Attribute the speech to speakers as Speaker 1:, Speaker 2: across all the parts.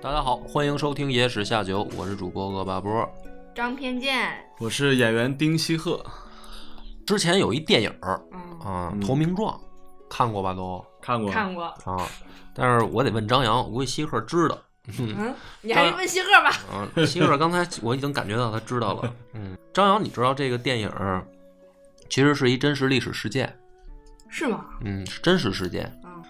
Speaker 1: 大家好，欢迎收听《野史下酒》，我是主播恶霸波。
Speaker 2: 张偏见，
Speaker 3: 我是演员丁西鹤，
Speaker 1: 之前有一电影儿
Speaker 2: 嗯，
Speaker 1: 啊，
Speaker 3: 嗯
Speaker 1: 《投名状》，看过吧都
Speaker 3: 看过吗
Speaker 2: 看过，
Speaker 1: 啊？但是我得问张扬，我估计希克知道。
Speaker 2: 嗯，你还是问西鹤吧，
Speaker 1: 啊，希克刚才我已经感觉到他知道了。嗯，张扬，你知道这个电影儿其实是一真实历史事件，
Speaker 2: 是吗？
Speaker 1: 嗯，是真实事件。
Speaker 2: 嗯，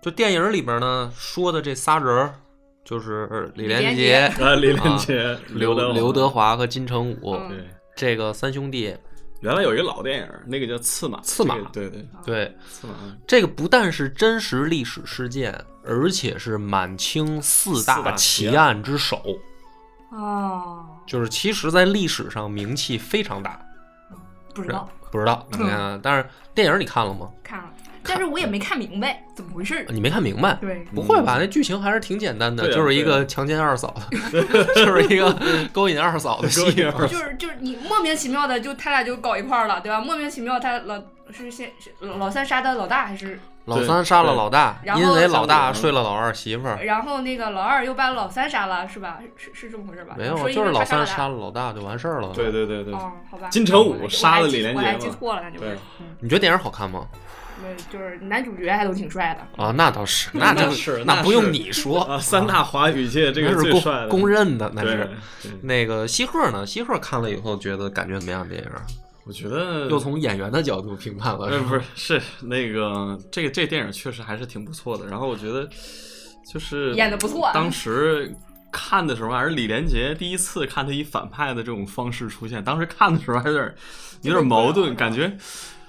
Speaker 1: 就电影里边呢说的这仨人儿，就是李连
Speaker 2: 连
Speaker 1: 杰、
Speaker 3: 啊，李连杰、
Speaker 1: 刘
Speaker 3: 德
Speaker 1: 刘
Speaker 3: 刘
Speaker 1: 德华和金城武、
Speaker 2: 嗯
Speaker 3: 对，
Speaker 1: 这个三兄弟。
Speaker 3: 原来有一个老电影，那个叫《刺马》，
Speaker 1: 刺马
Speaker 3: 这个对对，
Speaker 1: 对，
Speaker 3: 刺马
Speaker 1: 这个不但是真实历史事件，而且是满清四
Speaker 3: 四大
Speaker 1: 大
Speaker 3: 奇
Speaker 1: 奇
Speaker 3: 案
Speaker 1: 案之首，
Speaker 2: 哦，
Speaker 1: 就是其实在历史上名气非常大。
Speaker 2: 不知道，
Speaker 1: 不知道，
Speaker 2: 嗯
Speaker 1: 嗯，但是呃电影你看了吗？
Speaker 2: 看了，但是我也没看明白 怎么回事。
Speaker 1: 你没看明白？
Speaker 2: 对，
Speaker 1: 不会吧？那剧情还是挺简单的，
Speaker 3: 对啊
Speaker 1: 就是一
Speaker 3: 对
Speaker 1: 个
Speaker 3: 啊
Speaker 1: 强奸二嫂的， 就是一个勾引二嫂的戏啊
Speaker 3: 勾。引二
Speaker 2: 就是就是你莫名其妙的就他俩就搞一块儿了，对吧？莫名其妙他老是先是老三杀的老大还是，
Speaker 1: 老三杀了老大，
Speaker 2: 对对
Speaker 1: 因为老
Speaker 3: 然
Speaker 1: 大
Speaker 3: 后
Speaker 1: 睡了老二媳妇儿。
Speaker 2: 然后那个老二又把老三杀了，是吧？是是这么回事吧？
Speaker 1: 没有啊
Speaker 2: 说，一
Speaker 1: 就是
Speaker 2: 个
Speaker 1: 老
Speaker 2: 他
Speaker 1: 三
Speaker 2: 杀
Speaker 1: 杀
Speaker 2: 了
Speaker 1: 了老大就完事儿了。
Speaker 3: 马， 对，对对
Speaker 2: 老
Speaker 3: 对
Speaker 2: 大。，哦，好吧。
Speaker 3: 金城武
Speaker 2: 我还记
Speaker 3: 杀了李连杰
Speaker 2: 我还记
Speaker 3: 嘛
Speaker 2: 错了，那就
Speaker 3: 对
Speaker 2: 是，嗯，
Speaker 1: 你觉得电影好看吗？
Speaker 2: 那就是男主角还都挺帅的。
Speaker 1: 啊，那倒是，那
Speaker 3: 那
Speaker 1: 就是
Speaker 3: 那
Speaker 1: 那不
Speaker 3: 是
Speaker 1: 用你说
Speaker 3: 啊，三大华语界这个
Speaker 1: 那是
Speaker 3: 最帅的，
Speaker 1: 公公认的，那
Speaker 3: 对
Speaker 1: 是。
Speaker 3: 对，
Speaker 1: 那个希鹤呢？希鹤看了以后觉得感觉怎么样？电影
Speaker 3: 我觉得
Speaker 1: 又从演员的角度评判了，
Speaker 3: 呃
Speaker 1: 是吧
Speaker 3: 不是是那个这个这电影确实还是挺不错的，然后我觉得就是
Speaker 2: 演得不
Speaker 1: 啊
Speaker 2: 错
Speaker 3: 当时。看的时候还是李连杰第一次看他以反派的这种方式出现，当时看的时候还有点有点矛盾，感觉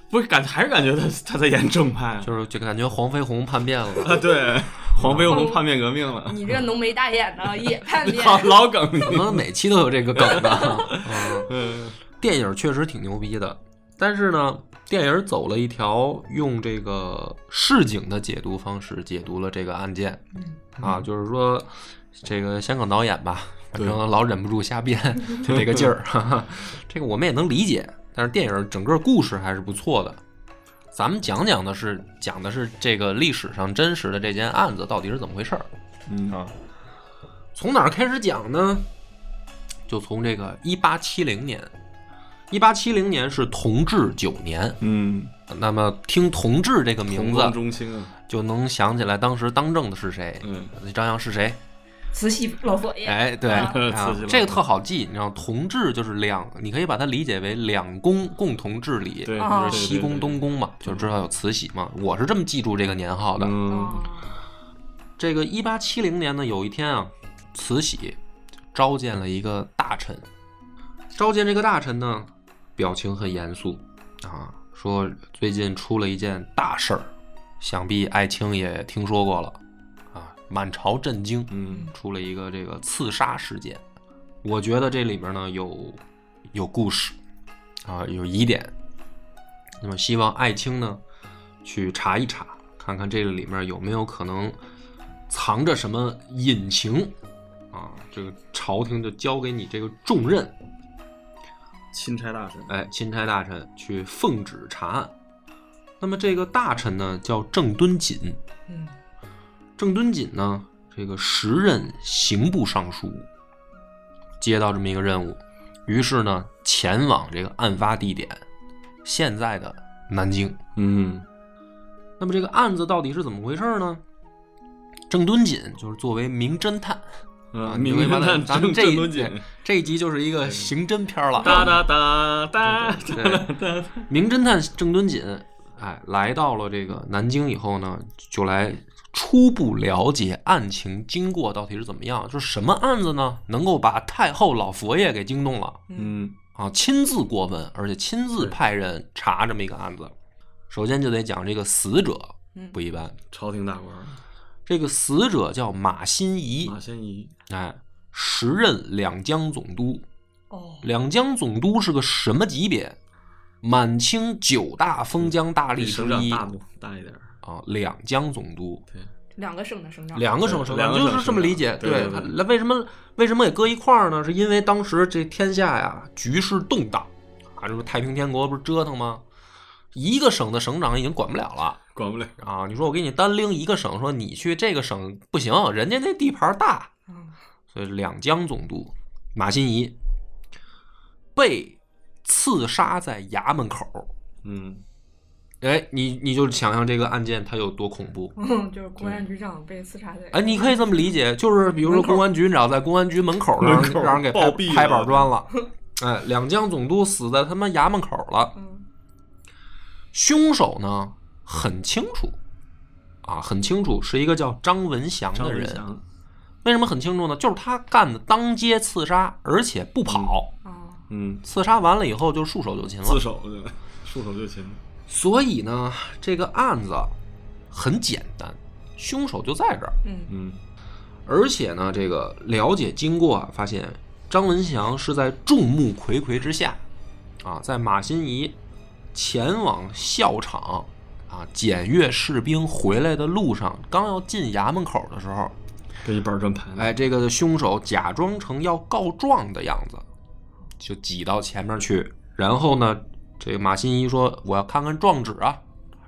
Speaker 3: 不是感还是感觉他他在演正派啊，
Speaker 1: 就是就感觉黄飞鸿叛变了。
Speaker 3: 啊对，黄飞鸿叛变革命了，
Speaker 2: 你这浓眉大 眼的也叛变，
Speaker 3: 老老梗，
Speaker 1: 怎么每期都有这个梗呢？ 嗯，
Speaker 3: 嗯
Speaker 1: 电影确实挺牛逼的，但是呢，电影走了一条用这个市井的解读方式解读了这个案件，啊，就是说这个香港导演吧，反正老忍不住瞎编，就 这个劲 儿，哈哈，这个我们也能理解。但是电影整个故事还是不错的，咱们讲讲的是讲的是这个历史上真实的这件案子到底是怎么回事儿。
Speaker 3: 嗯
Speaker 1: 啊，从哪儿开始讲呢？就从这个一八七零年，一八七零年是同治九年。
Speaker 3: 嗯，
Speaker 1: 那么听“同治”这个名
Speaker 3: 同光
Speaker 1: 字，
Speaker 3: 中兴啊，
Speaker 1: 就能想起来当时当政的是谁，
Speaker 3: 嗯，
Speaker 1: 张扬是谁。
Speaker 2: 慈禧老佛爷。
Speaker 1: 哎，对，啊
Speaker 2: 啊
Speaker 3: 刺激了
Speaker 1: 这个特好记。你知道，同治就是两，你可以把它理解为两宫共同治理，
Speaker 3: 对，
Speaker 2: 啊
Speaker 3: 对
Speaker 1: 就是西宫、东，宫嘛，就知道有慈禧嘛。我是这么记住这个年号
Speaker 3: 对
Speaker 1: 的啊
Speaker 3: 对。嗯，
Speaker 2: 哦
Speaker 1: 这个一八七零年呢，有一天啊，慈禧召见了一个大臣，召见这个大臣呢，表情很严肃啊，说最近出了一件大事儿，想必爱卿也听说过了啊，满朝震惊，
Speaker 3: 嗯，
Speaker 1: 出了一个这个刺杀事件，我觉得这里面呢有有故事啊，有疑点，那么希望爱卿呢去查一查，看看这个里面有没有可能藏着什么隐情啊？这个朝廷就交给你这个重任，
Speaker 3: 钦差大臣，
Speaker 1: 哎，钦差大臣去奉旨查案。那么这个大臣呢叫郑敦锦，
Speaker 2: 嗯，
Speaker 1: 郑敦锦呢这个时任刑部尚书，接到这么一个任务，于是呢前往这个案发地点，现在的南京。
Speaker 3: 嗯
Speaker 1: 那么这个案子到底是怎么回事呢？郑敦锦就是作为名侦探
Speaker 3: 啊，
Speaker 1: 你
Speaker 3: 明
Speaker 1: 会发
Speaker 3: 侦
Speaker 1: 现
Speaker 3: 探
Speaker 1: 咱
Speaker 3: 郑
Speaker 1: 们这
Speaker 3: 郑
Speaker 1: 一
Speaker 3: 多锦，
Speaker 1: 哎这一集就是一个刑侦片儿了。
Speaker 3: 哒哒哒哒
Speaker 1: 啊对对对
Speaker 3: 哒，
Speaker 1: 名侦探郑敦锦，哎，来到了这个南京以后呢，就来初步了解案情经过到底是怎么样，就是什么案子呢，能够把太后老佛爷给惊动了。
Speaker 3: 嗯
Speaker 1: 啊，亲自过问，而且亲自派人查这么一个案子。首先就得讲这个死者
Speaker 2: 嗯
Speaker 1: 不一般，
Speaker 3: 朝廷大官
Speaker 1: 这个死者叫马新贻
Speaker 3: 马，先仪，
Speaker 1: 哎，时任两江总督。
Speaker 2: 哦，
Speaker 1: 两江总督是个什么级别？满清九大封疆大吏之
Speaker 3: 省长
Speaker 1: 一
Speaker 3: 大大一点儿，
Speaker 1: 啊，两江总督，
Speaker 2: 两个省的省长，
Speaker 1: 两个省省
Speaker 3: 两
Speaker 1: 长
Speaker 3: 个省
Speaker 1: 就是这么理解。
Speaker 3: 省长对对
Speaker 1: 他
Speaker 3: 对
Speaker 1: 那为什么为什么也搁一块儿呢？是因为当时这天下呀局势动荡啊，就是太平天国不是折腾吗？一个省的省长已经管不了了。
Speaker 3: 管不了。
Speaker 1: 啊，你说我给你单拎一个省，说你去这个省不行，人家那地盘大，
Speaker 2: 嗯
Speaker 1: 所以两江总督马新贻被刺杀在衙门口儿。
Speaker 3: 嗯，
Speaker 1: 哎，你你就想象这个案件它有多恐怖。
Speaker 2: 嗯， 就是公安局长被刺杀的。
Speaker 1: 哎，你可以这么理解，就是比如说
Speaker 2: 门口
Speaker 1: 公安局长在公安局门口儿让
Speaker 3: 门口
Speaker 1: 人
Speaker 3: 儿
Speaker 1: 让人给拍
Speaker 3: 暴毙
Speaker 1: 拍
Speaker 3: 了
Speaker 1: 板砖了。哎，两江总督死在他妈衙门口儿了。
Speaker 2: 嗯
Speaker 1: 凶手呢很清楚，啊，很清楚，是一个叫张文祥
Speaker 3: 张
Speaker 1: 的
Speaker 3: 文
Speaker 1: 人。
Speaker 3: 祥
Speaker 1: 为什么很清楚呢？就是他干的当街刺杀，而且不跑，
Speaker 2: 啊，
Speaker 3: 嗯，
Speaker 1: 刺杀完了以后就束手就擒
Speaker 3: 自
Speaker 1: 了。
Speaker 3: 首的，束手就擒。
Speaker 1: 所以呢，这个案子很简单，凶手就在这儿。
Speaker 2: 嗯
Speaker 3: 嗯，
Speaker 1: 而且呢，这个了解经过啊，发现张文祥是在众目睽睽之下，啊，在马新贻前往校场啊检阅士兵回来的路上，刚要进衙门口的时候，
Speaker 3: 被一板砖拍了。
Speaker 1: 哎，这个凶手假装成要告状的样子，就挤到前面去。然后呢，这个马新贻说：“我要看看状纸啊。”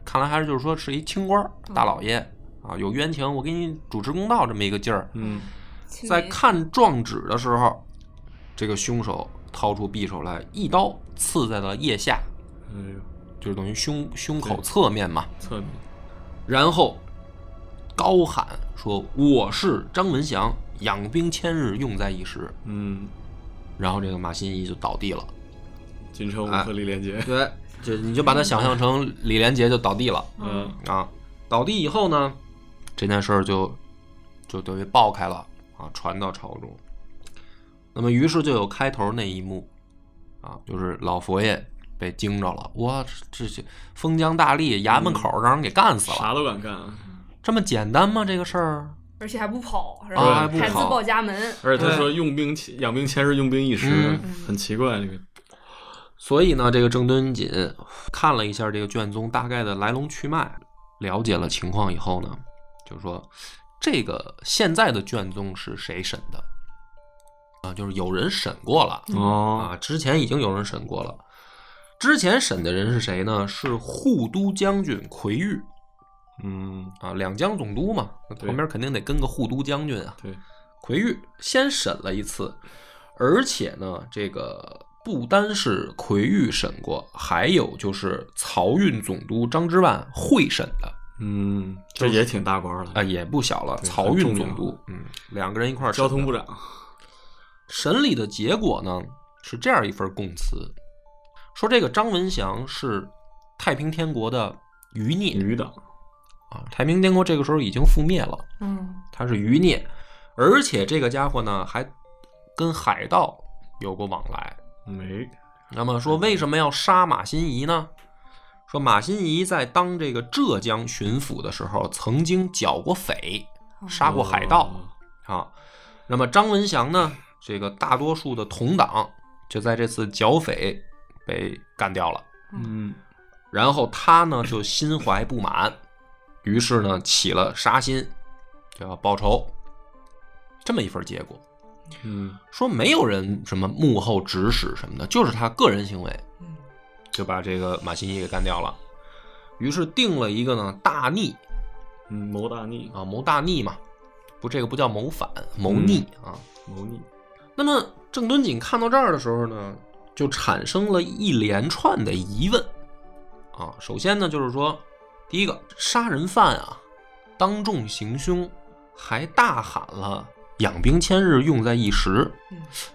Speaker 1: 看来还是就是说是一清官儿大老爷啊，有冤情，我给你主持公道这么一个劲儿。
Speaker 3: 嗯，
Speaker 2: 亲
Speaker 1: 在
Speaker 2: 民
Speaker 1: 看状纸的时候，这个凶手掏出匕首来，一刀刺在了腋下，
Speaker 3: 哎呦，
Speaker 1: 就是等于胸胸口
Speaker 3: 对
Speaker 1: 侧面嘛。
Speaker 3: 侧面，
Speaker 1: 然后高喊说：“我是张文祥，养兵千日，用在一时。”
Speaker 3: 嗯，
Speaker 1: 然后这个马新贻就倒地了。
Speaker 3: 金城武
Speaker 1: 哎
Speaker 3: 和李连杰，
Speaker 1: 对， 就你就把他想象成李连杰就倒地了
Speaker 3: 嗯，
Speaker 1: 啊。倒地以后呢，这件事儿就就等于爆开了啊，传到朝中。那么于是就有开头那一幕啊，就是老佛爷被惊着了，哇，这这封疆大吏衙门口儿让人给干死了，
Speaker 3: 啥都敢干啊。
Speaker 1: 这么简单吗？这个事儿？
Speaker 2: 而且还不跑，
Speaker 1: 啊
Speaker 2: 然后
Speaker 1: 还不
Speaker 2: 还自
Speaker 1: 跑
Speaker 2: 报家门。
Speaker 3: 而且他说用兵千养兵千日，用兵一时
Speaker 1: 嗯，
Speaker 3: 很奇怪这个。
Speaker 1: 所以呢，这个郑敦锦看了一下这个卷宗大概的来龙去脉，了解了情况以后呢，就说这个现在的卷宗是谁审的？啊，就是有人审过了
Speaker 3: 哦，
Speaker 1: 啊，之前已经有人审过了。之前审的人是谁呢？是护都将军奎玉
Speaker 3: 嗯，
Speaker 1: 啊，两江总督嘛，那
Speaker 3: 对
Speaker 1: 旁边肯定得跟个护都将军啊。
Speaker 3: 对，
Speaker 1: 奎玉先审了一次，而且呢，这个不单是奎玉审过，还有就是漕运总督张之万会审的
Speaker 3: 嗯，这也挺大官
Speaker 1: 啊、
Speaker 3: 了，
Speaker 1: 也不小了。
Speaker 3: 对
Speaker 1: 漕运
Speaker 3: 很重
Speaker 1: 总
Speaker 3: 要
Speaker 1: 督，嗯，两个人一块儿审的
Speaker 3: 交通部长。
Speaker 1: 审理的结果呢是这样一份供词，说这个张文祥是太平天国的余孽
Speaker 3: 女党，
Speaker 1: 啊，太平天国这个时候已经覆灭了，
Speaker 2: 嗯，
Speaker 1: 他是余孽，而且这个家伙呢还跟海盗有过往来。
Speaker 3: 没，
Speaker 1: 那么说，为什么要杀马新贻呢？说马新贻在当这个浙江巡抚的时候，曾经剿过匪，
Speaker 2: 嗯
Speaker 1: 杀过海盗
Speaker 3: 哦
Speaker 1: 啊。那么张文祥呢，这个大多数的同党就在这次剿匪被干掉了。
Speaker 3: 嗯，
Speaker 1: 然后他呢就心怀不满，于是呢起了杀心，就要报仇，这么一份结果。
Speaker 3: 嗯，
Speaker 1: 说没有人什么幕后指使什么的，就是他个人行为
Speaker 2: 嗯，
Speaker 1: 就把这个马新贻给干掉了。于是定了一个呢大逆
Speaker 3: 嗯，谋大逆，
Speaker 1: 啊，谋大逆嘛，不这个不叫谋反，谋逆啊。
Speaker 3: 谋逆，
Speaker 1: 那么郑敦锦看到这儿的时候呢，就产生了一连串的疑问啊。首先呢，就是说，第一个杀人犯啊，当众行凶，还大喊了“养兵千日，用在一时”，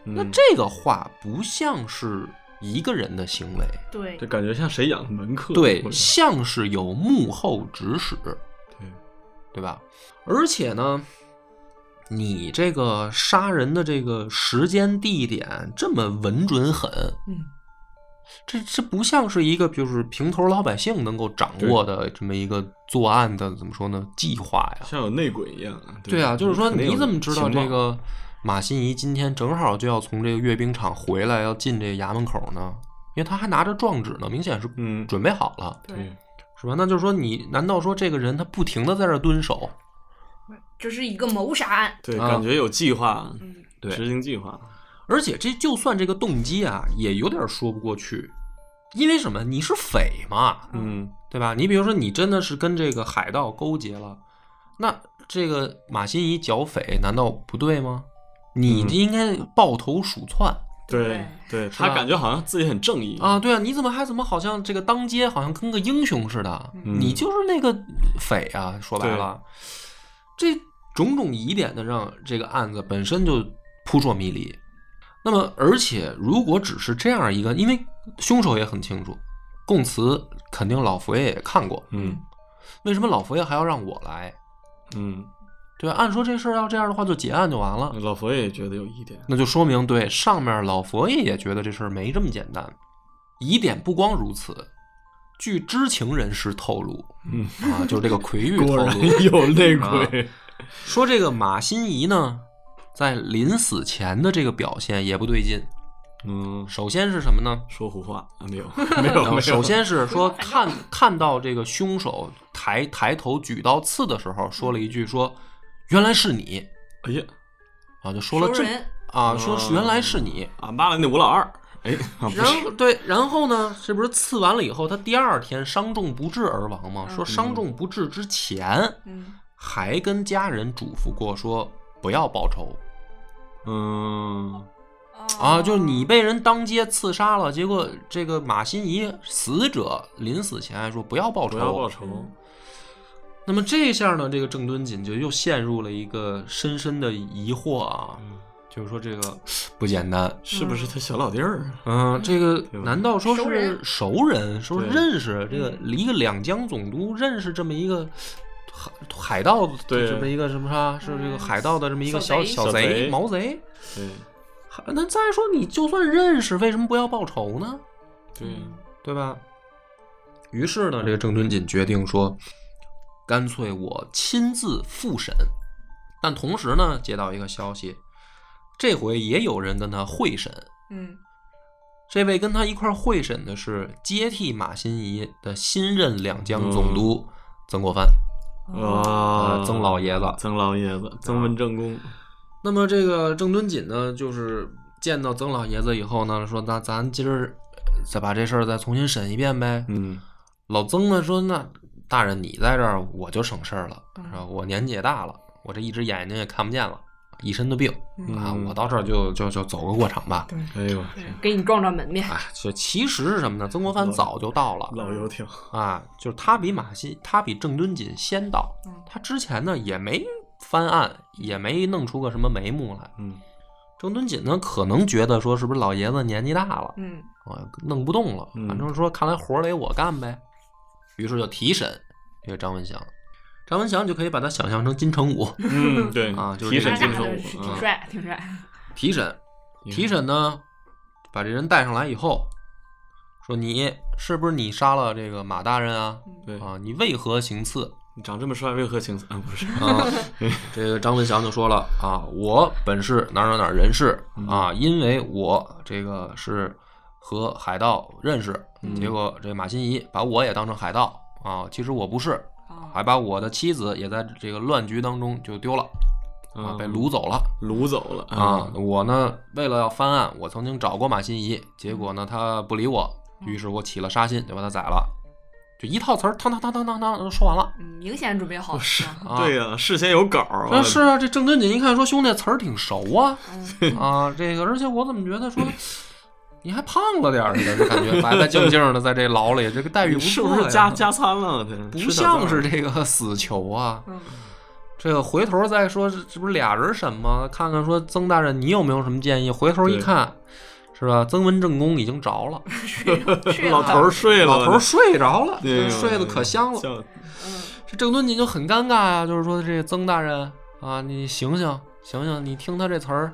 Speaker 3: 嗯
Speaker 1: 那这个话不像是一个人的行为，
Speaker 2: 对
Speaker 3: 这，感觉像谁养的门客？
Speaker 1: 对，
Speaker 3: 或者
Speaker 1: 像是有幕后指使，
Speaker 3: 对，
Speaker 1: 对吧？而且呢，你这个杀人的这个时间地点这么稳准狠，
Speaker 2: 嗯，
Speaker 1: 这这不像是一个就是平头老百姓能够掌握的这么一个作案的怎么说呢计划呀？
Speaker 3: 像有内鬼一样。
Speaker 1: 对啊，就是说
Speaker 3: 肯定有
Speaker 1: 你怎么知道
Speaker 3: 情报
Speaker 1: 这？个马欣怡今天正好就要从这个阅兵场回来，要进这个衙门口呢？因为他还拿着状纸呢，明显是
Speaker 3: 嗯
Speaker 1: 准备好了，
Speaker 2: 对，
Speaker 1: 是吧？那就是说你，难道说这个人他不停的在这儿蹲守？
Speaker 2: 这是一个谋杀案。
Speaker 3: 对，
Speaker 1: 啊
Speaker 3: 感觉有计划，
Speaker 2: 嗯，
Speaker 1: 对
Speaker 3: 执行计划，
Speaker 1: 而且这就算这个动机啊，也有点说不过去，因为什么？你是匪嘛，
Speaker 3: 嗯，
Speaker 1: 对吧？你比如说，你真的是跟这个海盗勾结了，那这个马新贻剿匪难道不对吗？你
Speaker 3: 嗯
Speaker 1: 应该抱头鼠窜、
Speaker 3: 对对，
Speaker 1: 吧
Speaker 3: 他感觉好像自己很正义
Speaker 1: 啊！，对啊，你怎么还怎么好像这个当街好像跟个英雄似的？
Speaker 3: 嗯
Speaker 1: 你就是那个匪啊！说白了，这种种疑点的让这个案子本身就扑朔迷离。那么，而且如果只是这样一个，因为凶手也很清楚，供词肯定老佛爷也看过，
Speaker 3: 嗯
Speaker 1: 为什么老佛爷还要让我来？
Speaker 3: 嗯，
Speaker 1: 对，啊按说这事儿要这样的话就结案就完了，
Speaker 3: 老佛爷也觉得有疑点，
Speaker 1: 那就说明对上面老佛爷也觉得这事儿没这么简单。疑点不光如此，据知情人士透露，
Speaker 3: 嗯，
Speaker 1: 啊，就是这个魁玉透
Speaker 3: 果然
Speaker 1: 露
Speaker 3: 有内
Speaker 1: 啊
Speaker 3: 鬼，
Speaker 1: 说这个马新贻呢，在临死前的这个表现也不对劲。
Speaker 3: 嗯，
Speaker 1: 首先是什么呢？呃
Speaker 3: 说胡话啊， 没有没有没 有，
Speaker 1: 首先是 说看看到这个凶手抬抬头举刀刺的时候，说了一句说：“原来是你
Speaker 3: 哎呀，
Speaker 1: 啊！”就说了
Speaker 2: 熟
Speaker 1: 这
Speaker 2: 人
Speaker 1: 啊，说
Speaker 3: 哦
Speaker 1: 是原来是你。
Speaker 3: 俺妈了那吴老二，哎，啊不
Speaker 1: 然
Speaker 3: 是，
Speaker 1: 后对，然后呢？这不是刺完了以后，他第二天伤重不治而亡吗？
Speaker 3: 嗯
Speaker 1: 说伤重不治之前，
Speaker 2: 嗯，
Speaker 1: 还跟家人嘱咐过说不要报仇
Speaker 3: 嗯，
Speaker 1: 啊，就是你被人当街刺杀了，结果这个马新贻死者临死前还说不要报
Speaker 3: 不要报
Speaker 1: 仇。
Speaker 3: 仇，
Speaker 2: 嗯
Speaker 1: 那么这下呢，这个郑敦锦就又陷入了一个深深的疑惑啊，就是说这个不简单。
Speaker 3: 是不是他小老弟儿啊？
Speaker 1: 嗯，这个
Speaker 3: 对吧
Speaker 1: 难道说
Speaker 2: 熟
Speaker 1: 是
Speaker 2: 人嗯
Speaker 1: 熟人，说
Speaker 3: 对
Speaker 1: 认识这个一个两江总督认识这么一个海海盗，
Speaker 3: 对
Speaker 1: 这么一个什么啥，是这个
Speaker 2: 嗯
Speaker 1: 海盗的这么一个小
Speaker 2: 小贼
Speaker 1: 小
Speaker 3: 小
Speaker 1: 贼
Speaker 3: 贼
Speaker 1: 毛贼？
Speaker 3: 对
Speaker 1: 还那再说你就算认识，为什么不要报仇呢？
Speaker 3: 对，
Speaker 1: 对吧？于是呢，这个郑敦锦决定说，干脆我亲自复审。但同时呢，接到一个消息，这回也有人跟他会审。
Speaker 2: 嗯，
Speaker 1: 这位跟他一块儿会审的是接替马新贻的新任两江总督曾国藩。
Speaker 3: 嗯
Speaker 1: 呃
Speaker 3: 啊，
Speaker 1: 曾老爷子
Speaker 3: 曾老爷子，曾文正公，
Speaker 1: 那么这个郑敦锦呢，就是见到曾老爷子以后呢，说那咱今儿呃再把这事儿再重新审一遍呗。
Speaker 3: 嗯
Speaker 1: 老曾呢说那大人你在这儿我就省事儿了，
Speaker 2: 嗯
Speaker 1: 是吧？我年纪也大了，我这一只眼睛也看不见了，一身的病
Speaker 2: 嗯
Speaker 1: 啊，我到这儿就就就走个过场吧。
Speaker 2: 对，
Speaker 3: 哎呦，
Speaker 2: 给你撞撞门面。
Speaker 1: 哎，这其实是什么呢？曾国藩早就到了，
Speaker 3: 老油条，
Speaker 1: 啊，就是他比马新，他比郑敦锦先到
Speaker 2: 嗯，
Speaker 1: 他之前呢也没翻案，也没弄出个什么眉目来。
Speaker 3: 嗯
Speaker 1: 郑敦锦呢可能觉得说是不是老爷子年纪大了，
Speaker 2: 嗯
Speaker 1: 啊，弄不动了，
Speaker 3: 嗯
Speaker 1: 反正说看来活儿得我干呗，于是就提审这个张文祥。张文祥就可以把他想象成金城武，
Speaker 3: 嗯，对
Speaker 1: 啊就是
Speaker 3: 提
Speaker 1: 这
Speaker 3: 审
Speaker 2: 他
Speaker 1: 个
Speaker 3: 金
Speaker 2: 长得是
Speaker 3: 城武
Speaker 2: 挺
Speaker 1: 嗯
Speaker 3: 啊，
Speaker 2: 帅，挺帅。
Speaker 1: 提 审，
Speaker 3: 嗯
Speaker 1: 提审呢，把这人带上来以后，说你是不是你杀了这个马大人啊？
Speaker 3: 对，
Speaker 1: 啊，你为何行刺？
Speaker 3: 你长这么帅，为何情啊？不是，
Speaker 1: 啊，这个张文祥就说了啊，我本是哪儿哪儿哪儿人士
Speaker 3: 嗯
Speaker 1: 啊，因为我这个是和海盗认识，
Speaker 3: 嗯
Speaker 1: 结果这马新贻把我也当成海盗啊，其实我不是，还
Speaker 2: 啊，
Speaker 1: 把我的妻子也在这个乱局当中就丢了啊，
Speaker 3: 嗯
Speaker 1: 被掳走了
Speaker 3: 掳走了
Speaker 1: 啊。，我呢，为了要翻案，我曾经找过马新贻，结果呢他不理我，
Speaker 3: 嗯
Speaker 1: 于是我起了杀心，就把他宰了，就一套词儿，当当当当当当说完了。
Speaker 2: 嗯，明显准备好了。
Speaker 1: 啊
Speaker 2: 啊
Speaker 3: 对呀，事先有稿儿
Speaker 1: 啊，是啊，这郑敦锦一看说兄弟词儿挺熟啊
Speaker 2: 嗯
Speaker 1: 啊，这个而且我怎么觉得说你还胖了点儿似的，就感觉白白净净的在这牢里，这个待遇不
Speaker 3: 是
Speaker 1: 错
Speaker 3: 不
Speaker 1: 呀
Speaker 3: 是加加餐了？不
Speaker 1: 不像是这个死囚啊。
Speaker 2: 嗯
Speaker 1: 这个回头再说，这这不是俩人审吗？看看说曾大人你有没有什么建议？回头一
Speaker 3: 对
Speaker 1: 看，是吧？曾文正公已经着了，
Speaker 2: 睡
Speaker 3: 老
Speaker 2: 了
Speaker 3: 头儿睡了，
Speaker 1: 老头儿睡着了，
Speaker 3: 对呀
Speaker 1: 睡得可香了。
Speaker 3: 叫
Speaker 2: 嗯
Speaker 1: 这郑敦锦就很尴尬啊，就是说这曾大人啊，你醒醒醒醒，你听他这词儿，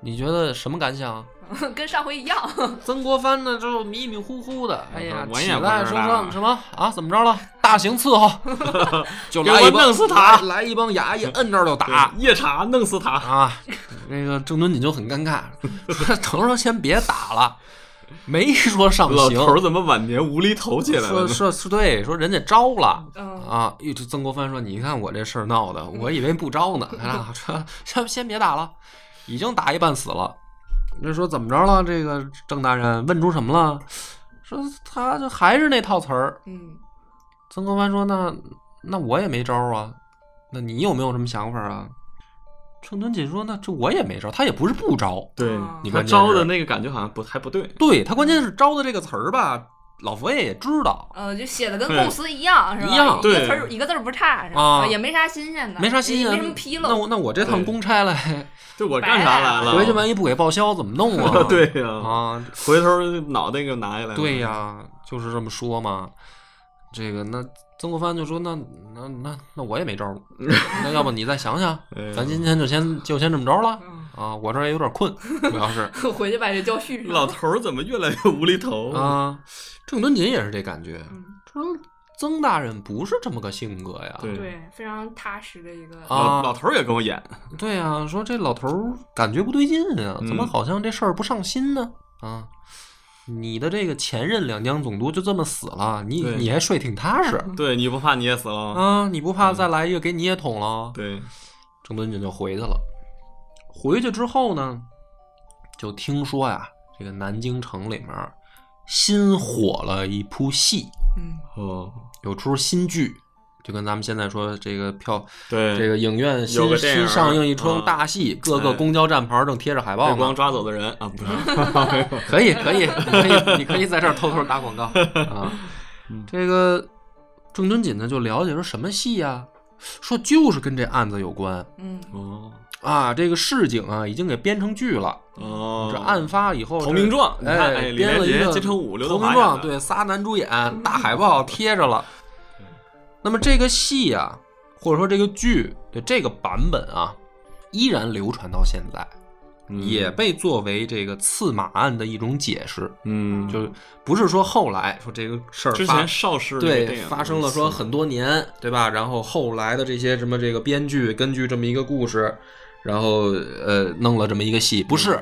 Speaker 1: 你觉得什么感想？
Speaker 2: 嗯， 跟上回一样。
Speaker 1: 曾国藩呢，就迷迷糊糊的，哎呀，
Speaker 3: 我
Speaker 1: 起
Speaker 3: 也不
Speaker 1: 来
Speaker 3: 知
Speaker 1: 说
Speaker 3: 道
Speaker 1: 什么什么啊，怎么着了？大刑伺候， 就来
Speaker 3: 给
Speaker 1: 一
Speaker 3: 我
Speaker 1: 帮
Speaker 3: 弄死他
Speaker 1: 来来一帮衙役摁这儿就打。
Speaker 3: 夜查弄死他，
Speaker 1: 啊，那个郑敦锦就很尴尬，说 滕说先别打了，没说上
Speaker 3: 老
Speaker 1: 刑，
Speaker 3: 头儿怎么晚年无厘头起来了
Speaker 1: 说
Speaker 3: 呢？
Speaker 1: 说说对，说人家招了。
Speaker 2: 嗯，
Speaker 1: 啊！哟，这曾国藩说：“你看我这事儿闹的，我以为不招呢。他俩说：“先先别打了，已经打一半死了。”那说怎么着了？这个郑大人问出什么了？说他就还是那套词儿。
Speaker 2: 嗯，
Speaker 1: 曾国藩说：“那那我也没招儿啊，那你有没有什么想法啊？”郑敦锦说：“那这我也没招儿，他也不是不招，
Speaker 3: 对
Speaker 2: 啊，
Speaker 1: 你
Speaker 3: 他
Speaker 1: 看
Speaker 3: 招
Speaker 1: 这
Speaker 3: 的
Speaker 1: 是
Speaker 3: 那个感觉好像不还不对，
Speaker 1: 对他，关键是“招”的这个词儿吧，老佛爷也知道，
Speaker 2: 呃，就写的跟
Speaker 3: 对
Speaker 2: 构思一样，是吧？
Speaker 1: 一样
Speaker 2: 一
Speaker 3: 对
Speaker 2: 个词儿一个字儿不差，是
Speaker 1: 啊
Speaker 2: 吧？也没啥新鲜的，
Speaker 1: 没啥新鲜
Speaker 2: 哎也没什么纰
Speaker 1: 那
Speaker 2: 漏。
Speaker 1: 我那我这趟
Speaker 3: 对
Speaker 1: 公差来，
Speaker 3: 就我干啥来了？
Speaker 1: 回去 万一不给报销怎么弄啊？
Speaker 3: 对呀、
Speaker 1: 啊，
Speaker 3: 回头脑袋给拿下来。
Speaker 1: 对呀、，就是这么说嘛。这个那曾国藩就说：“那那那那我也没招 儿，那要不你再想想，
Speaker 3: 哎呀
Speaker 1: 咱今天就先就先这么着了
Speaker 2: 嗯
Speaker 1: 啊！我这儿也有点困，主要是
Speaker 2: 回去把这教训上。
Speaker 3: 老头儿怎么越来越无厘头？
Speaker 1: 啊。郑敦锦也是这感觉，
Speaker 2: 嗯，
Speaker 1: 说曾大人不是这么个性格呀。
Speaker 3: 对
Speaker 2: 对，非常踏实的一个。
Speaker 3: 老
Speaker 1: 啊
Speaker 3: 老头儿也跟我演，
Speaker 1: 对呀、说这老头儿感觉不对劲啊，
Speaker 3: 嗯
Speaker 1: 怎么好像这事儿不上心呢？啊，你的这个前任两江总督就这么死了，你
Speaker 3: 对
Speaker 1: 你还睡挺踏实
Speaker 2: 嗯
Speaker 3: 对，你不怕你也死了吗？
Speaker 1: 啊？你不怕再来一个给你也捅了？
Speaker 3: 对，
Speaker 1: 郑敦锦就回去了。回去之后呢，就听说呀，这个南京城里面新火了一部戏，
Speaker 2: 嗯，
Speaker 3: 哦，
Speaker 1: 有出新剧，就跟咱们现在说这个票，
Speaker 3: 对，
Speaker 1: 这个影院
Speaker 3: 有
Speaker 1: 新
Speaker 3: 个电影
Speaker 1: 新
Speaker 3: 儿
Speaker 1: 上映一出
Speaker 3: 啊
Speaker 1: 大戏，各个
Speaker 3: 哎
Speaker 1: 公交站牌正贴着海报
Speaker 3: 被
Speaker 1: 呢。
Speaker 3: 光抓走的人啊，不 是，
Speaker 1: 可以，可以，你可以，你可以在这儿偷偷打广告 啊。这个郑敦锦呢就了解说什么戏呀、说就是跟这案子有关
Speaker 2: 嗯，
Speaker 3: 哦
Speaker 1: 啊。这个市井啊已经给编成剧了，
Speaker 3: 哦，
Speaker 1: 这案发以后
Speaker 3: 投名
Speaker 1: 状，
Speaker 3: 状，你看，哎，
Speaker 1: 哎，
Speaker 3: 李
Speaker 1: 编
Speaker 3: 连
Speaker 1: 了一
Speaker 3: 杰、
Speaker 1: 个
Speaker 3: 金城武、刘德
Speaker 1: 投
Speaker 3: 华
Speaker 1: 名
Speaker 3: 演
Speaker 1: 状，
Speaker 3: 的，嗯
Speaker 1: 对，仨男主演，大海报贴着了。 那么这个戏啊，或者说这个剧的这个版本啊，依然流传到现在，
Speaker 3: 嗯
Speaker 1: 也被作为这个刺马案的一种解释。
Speaker 3: 嗯，
Speaker 1: 就是不是说后来说这个事儿
Speaker 3: 之
Speaker 1: 发
Speaker 3: 前邵氏那个电
Speaker 1: 对
Speaker 3: 影
Speaker 1: 发生了说很多年，对吧？然后后来的这些什么这个编剧根据这么一个故事，然后呃弄了这么一个戏，不是。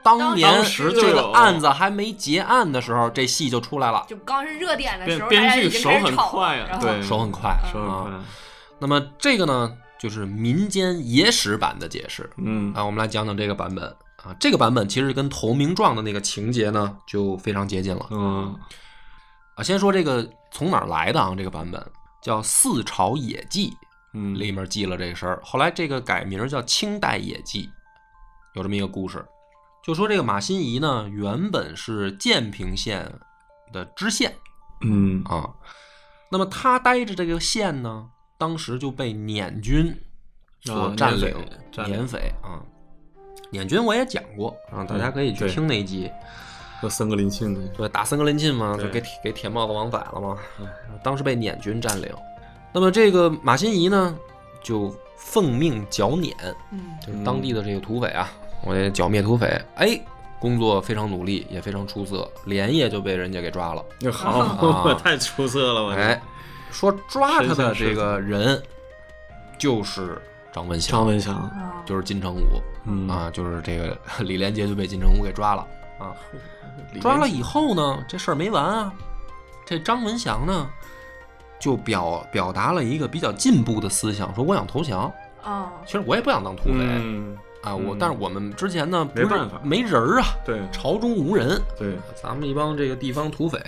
Speaker 1: 当年
Speaker 3: 嗯当时就有
Speaker 1: 这个案子还没结案的时候，这戏就出来了，
Speaker 2: 就刚是热点的时
Speaker 3: 编
Speaker 2: 候，大
Speaker 3: 编
Speaker 2: 家已
Speaker 3: 剧
Speaker 2: 经
Speaker 3: 手
Speaker 2: 开始
Speaker 3: 很
Speaker 2: 炒
Speaker 3: 快
Speaker 2: 了，
Speaker 3: 啊，
Speaker 2: 然后
Speaker 3: 对，
Speaker 1: 手很快，
Speaker 3: 手很快
Speaker 1: 啊。，那么这个呢，就是民间野史版的解释
Speaker 3: 嗯
Speaker 1: 啊。我们来讲讲这个版本啊，这个版本其实跟投名状的那个情节呢就非常接近了。
Speaker 3: 嗯，
Speaker 1: 啊，先说这个从哪儿来的啊？这个版本叫《四朝野记》，
Speaker 3: 嗯
Speaker 1: 里面记了这个事儿。后来这个改名叫《清代野记》，有这么一个故事，就说这个马新贻呢，原本是建平县的知县
Speaker 3: 嗯
Speaker 1: 啊，那么他待着这个县呢，当时就被捻军所
Speaker 3: 啊
Speaker 1: 占
Speaker 3: 捻
Speaker 1: 领
Speaker 3: 匪，占领
Speaker 1: 捻匪啊。捻军我也讲过啊，大家可以去
Speaker 3: 嗯对
Speaker 1: 听那一集。
Speaker 3: 和森格林沁的，
Speaker 1: 对，打森格林沁嘛，就
Speaker 3: 对
Speaker 1: 给铁给铁帽子王宰了嘛。啊当时被捻军占领，那么这个马新贻呢，就奉命剿捻，
Speaker 2: 嗯
Speaker 1: 就是当地的这个土匪啊，我得剿灭土匪。哎，工作非常努力，也非常出色，连夜就被人家给抓了。
Speaker 3: 那好，
Speaker 1: 啊
Speaker 3: 太出色了，我这
Speaker 1: 哎，说抓他
Speaker 3: 神
Speaker 1: 的
Speaker 3: 仙
Speaker 1: 这个人就是张文祥，
Speaker 3: 张文祥，
Speaker 2: 啊，
Speaker 1: 就是金城武、
Speaker 3: 嗯
Speaker 1: 啊，就是这个李连杰就被金城武给抓了啊。抓了以后呢，这事儿没完啊。这张文祥呢，就表表达了一个比较进步的思想，说我想投降。
Speaker 2: 啊，
Speaker 1: 其实我也不想当土匪、
Speaker 3: 嗯，
Speaker 1: 啊，我
Speaker 3: 嗯
Speaker 1: 但是我们之前呢，不
Speaker 3: 没
Speaker 1: 是
Speaker 3: 办法
Speaker 1: 没人儿啊，
Speaker 3: 对
Speaker 1: 朝中无人，
Speaker 3: 对，
Speaker 1: 咱们一帮这个地方土匪。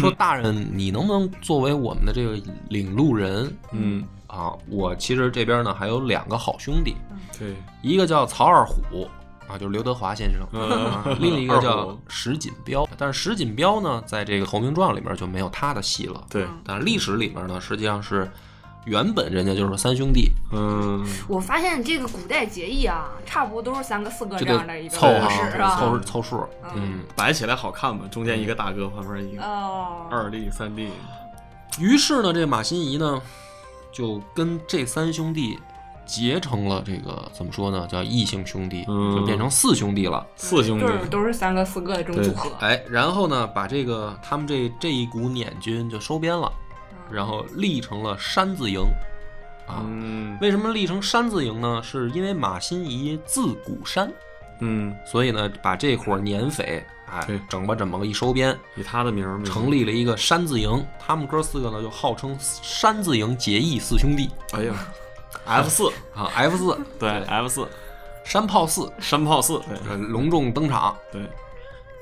Speaker 1: 说大人，你能不能作为我们的这个领路人
Speaker 3: 嗯
Speaker 1: 啊？我其实这边呢还有两个好兄弟，
Speaker 3: 对，
Speaker 1: 一个叫曹二虎啊，就是刘德华先生，啊
Speaker 3: 嗯
Speaker 1: 另一个
Speaker 3: 二
Speaker 1: 叫
Speaker 3: 虎
Speaker 1: 石锦彪。但是石锦彪呢，在这个投名状里面就没有他的戏了。
Speaker 3: 对，
Speaker 1: 但历史里面呢，实际上是原本人家就是三兄弟，
Speaker 3: 嗯，
Speaker 2: 我发现这个古代结义啊，差不多都是三个四个
Speaker 1: 就
Speaker 2: 这
Speaker 1: 得
Speaker 2: 样的一个
Speaker 1: 凑
Speaker 2: 模
Speaker 1: 合
Speaker 2: 式，是
Speaker 3: 啊
Speaker 2: 吧？
Speaker 1: 凑凑数。嗯，
Speaker 3: 摆起来好看嘛，中间一个大哥，旁边一个
Speaker 2: 哦，
Speaker 3: 二弟、三弟，
Speaker 2: 嗯
Speaker 1: 于是呢，这马新贻呢，就跟这三兄弟结成了这个怎么说呢，叫异姓兄弟，
Speaker 3: 嗯
Speaker 1: 就变成四兄弟了。哎
Speaker 3: 四兄弟
Speaker 2: 就，是都是三个四个的这种组合。
Speaker 1: 哎，然后呢，把这个他们这这一股捻军就收编了。
Speaker 2: 嗯
Speaker 1: 然后立成了山字营，啊，
Speaker 3: 嗯
Speaker 1: 为什么立成山字营呢？是因为马新贻字谷山，
Speaker 3: 嗯，
Speaker 1: 所以呢，把这伙年匪哎
Speaker 3: 对
Speaker 1: 整吧整吧一收编，
Speaker 3: 以他的名儿命名
Speaker 1: 成。立了一个山字营。他们哥四个呢，就号称山字营结义四兄弟
Speaker 3: 哎 呀，F 四，
Speaker 1: 啊，F 四
Speaker 3: 对 F 四，
Speaker 1: 山炮四
Speaker 3: 山炮四，对
Speaker 1: 呃隆重登场，
Speaker 3: 对，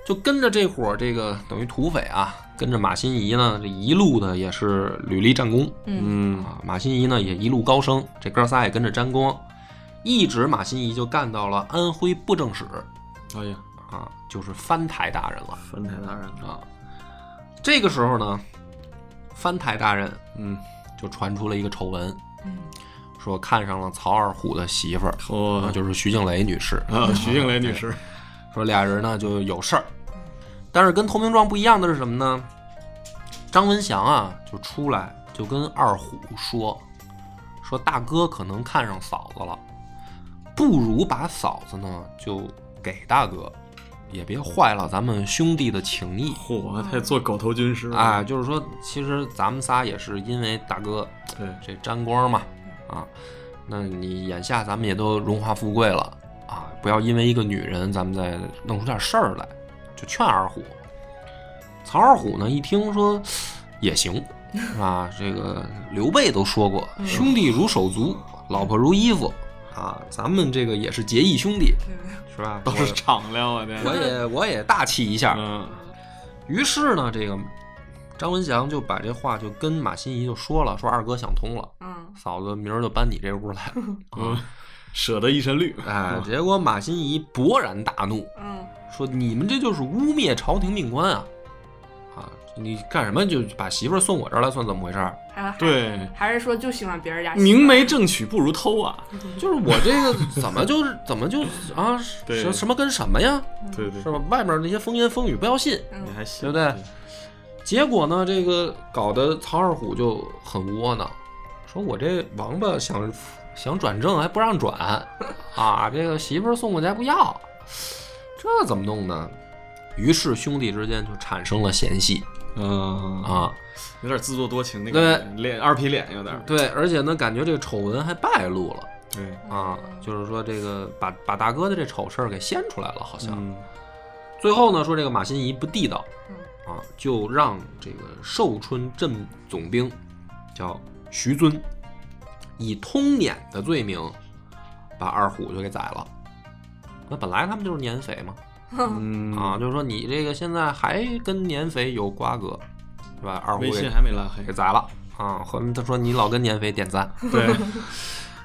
Speaker 1: 就跟着这伙这个等于土匪啊，跟着马新贻呢，这一路的也是屡立战功
Speaker 3: 嗯
Speaker 1: 啊。马新贻呢也一路高升，这哥仨也跟着沾光，一直马新贻就干到了安徽布政使
Speaker 3: 哎呀，
Speaker 1: 啊，就是藩台大人了
Speaker 3: 翻台大人了，
Speaker 1: 啊。这个时候呢，藩台大人
Speaker 3: 嗯，
Speaker 1: 就传出了一个丑闻，
Speaker 2: 嗯
Speaker 1: 说看上了曹二虎的媳妇儿，
Speaker 3: 我
Speaker 1: 啊，就是徐静蕾女士。
Speaker 3: 啊，徐静蕾女士，
Speaker 1: 说俩人呢就有事儿，但是跟投名状不一样的是什么呢？张文祥啊就出来就跟二虎说，说大哥可能看上嫂子了，不如把嫂子呢就给大哥，也别坏了咱们兄弟的情谊。
Speaker 3: 嚯，
Speaker 2: 嗯
Speaker 3: 他也做狗头军师了
Speaker 1: 啊，，就是说，其实咱们仨也是因为大哥
Speaker 3: 对，
Speaker 1: 这沾光嘛，啊，那你眼下咱们也都荣华富贵了啊，不要因为一个女人，咱们再弄出点事儿来，就劝二虎。曹二虎呢一听说也行啊，这个刘备都说过，兄弟如手足，老婆如衣服啊，咱们这个也是结义兄弟，是吧？
Speaker 3: 都是敞亮
Speaker 1: 我
Speaker 3: 啊，这，
Speaker 1: 也我也大气一下，
Speaker 3: 嗯，
Speaker 1: 于是呢，这个张文祥就把这话就跟马新贻就说了，说二哥想通了，
Speaker 2: 嗯
Speaker 1: 嫂子明儿就搬你这屋来了。
Speaker 3: 嗯，舍得一身绿，
Speaker 1: 哎，结果马新贻勃然大怒，
Speaker 2: 嗯
Speaker 1: 说你们这就是污蔑朝廷命官啊！啊，你干什么就把媳妇儿送我这儿来，算怎么回事儿？
Speaker 2: 还
Speaker 3: 对，
Speaker 2: 还是说就喜欢别人家媳妇
Speaker 3: 明媒正娶不如偷啊，
Speaker 1: 就是我这个怎么就是怎么就啊
Speaker 3: 对
Speaker 1: 什什么跟什么呀，
Speaker 3: 对对
Speaker 1: 是，吧？外面那些风言风语不要信。
Speaker 3: 你还
Speaker 1: 对
Speaker 3: 行，
Speaker 1: 不对？结果呢，这个搞得曹二虎就很窝囊，说我这王八想想转正还不让转， 啊，这个媳妇儿送过去还不要，这怎么弄呢？于是兄弟之间就产生了嫌隙
Speaker 3: 嗯啊，
Speaker 1: 啊，
Speaker 3: 有点自作多情那个脸，二皮脸有点，
Speaker 1: 对，而且呢，感觉这个丑闻还败露了
Speaker 3: 对，
Speaker 2: 嗯
Speaker 1: 啊，就是说这个把把大哥的这丑事儿给掀出来了，好像。
Speaker 3: 嗯，
Speaker 1: 最后呢，说这个马新贻不地道
Speaker 2: 嗯，
Speaker 1: 啊，就让这个寿春镇总兵叫徐尊，以通碾的罪名把二虎就给宰了。那本来他们就是年匪嘛，
Speaker 3: 嗯
Speaker 1: 啊，，就是说你这个现在还跟年匪有瓜葛，是吧？二虎
Speaker 3: 微信
Speaker 1: 给
Speaker 3: 还没拉黑
Speaker 1: 给，宰了啊，和他说你老跟年匪点赞，
Speaker 3: 对，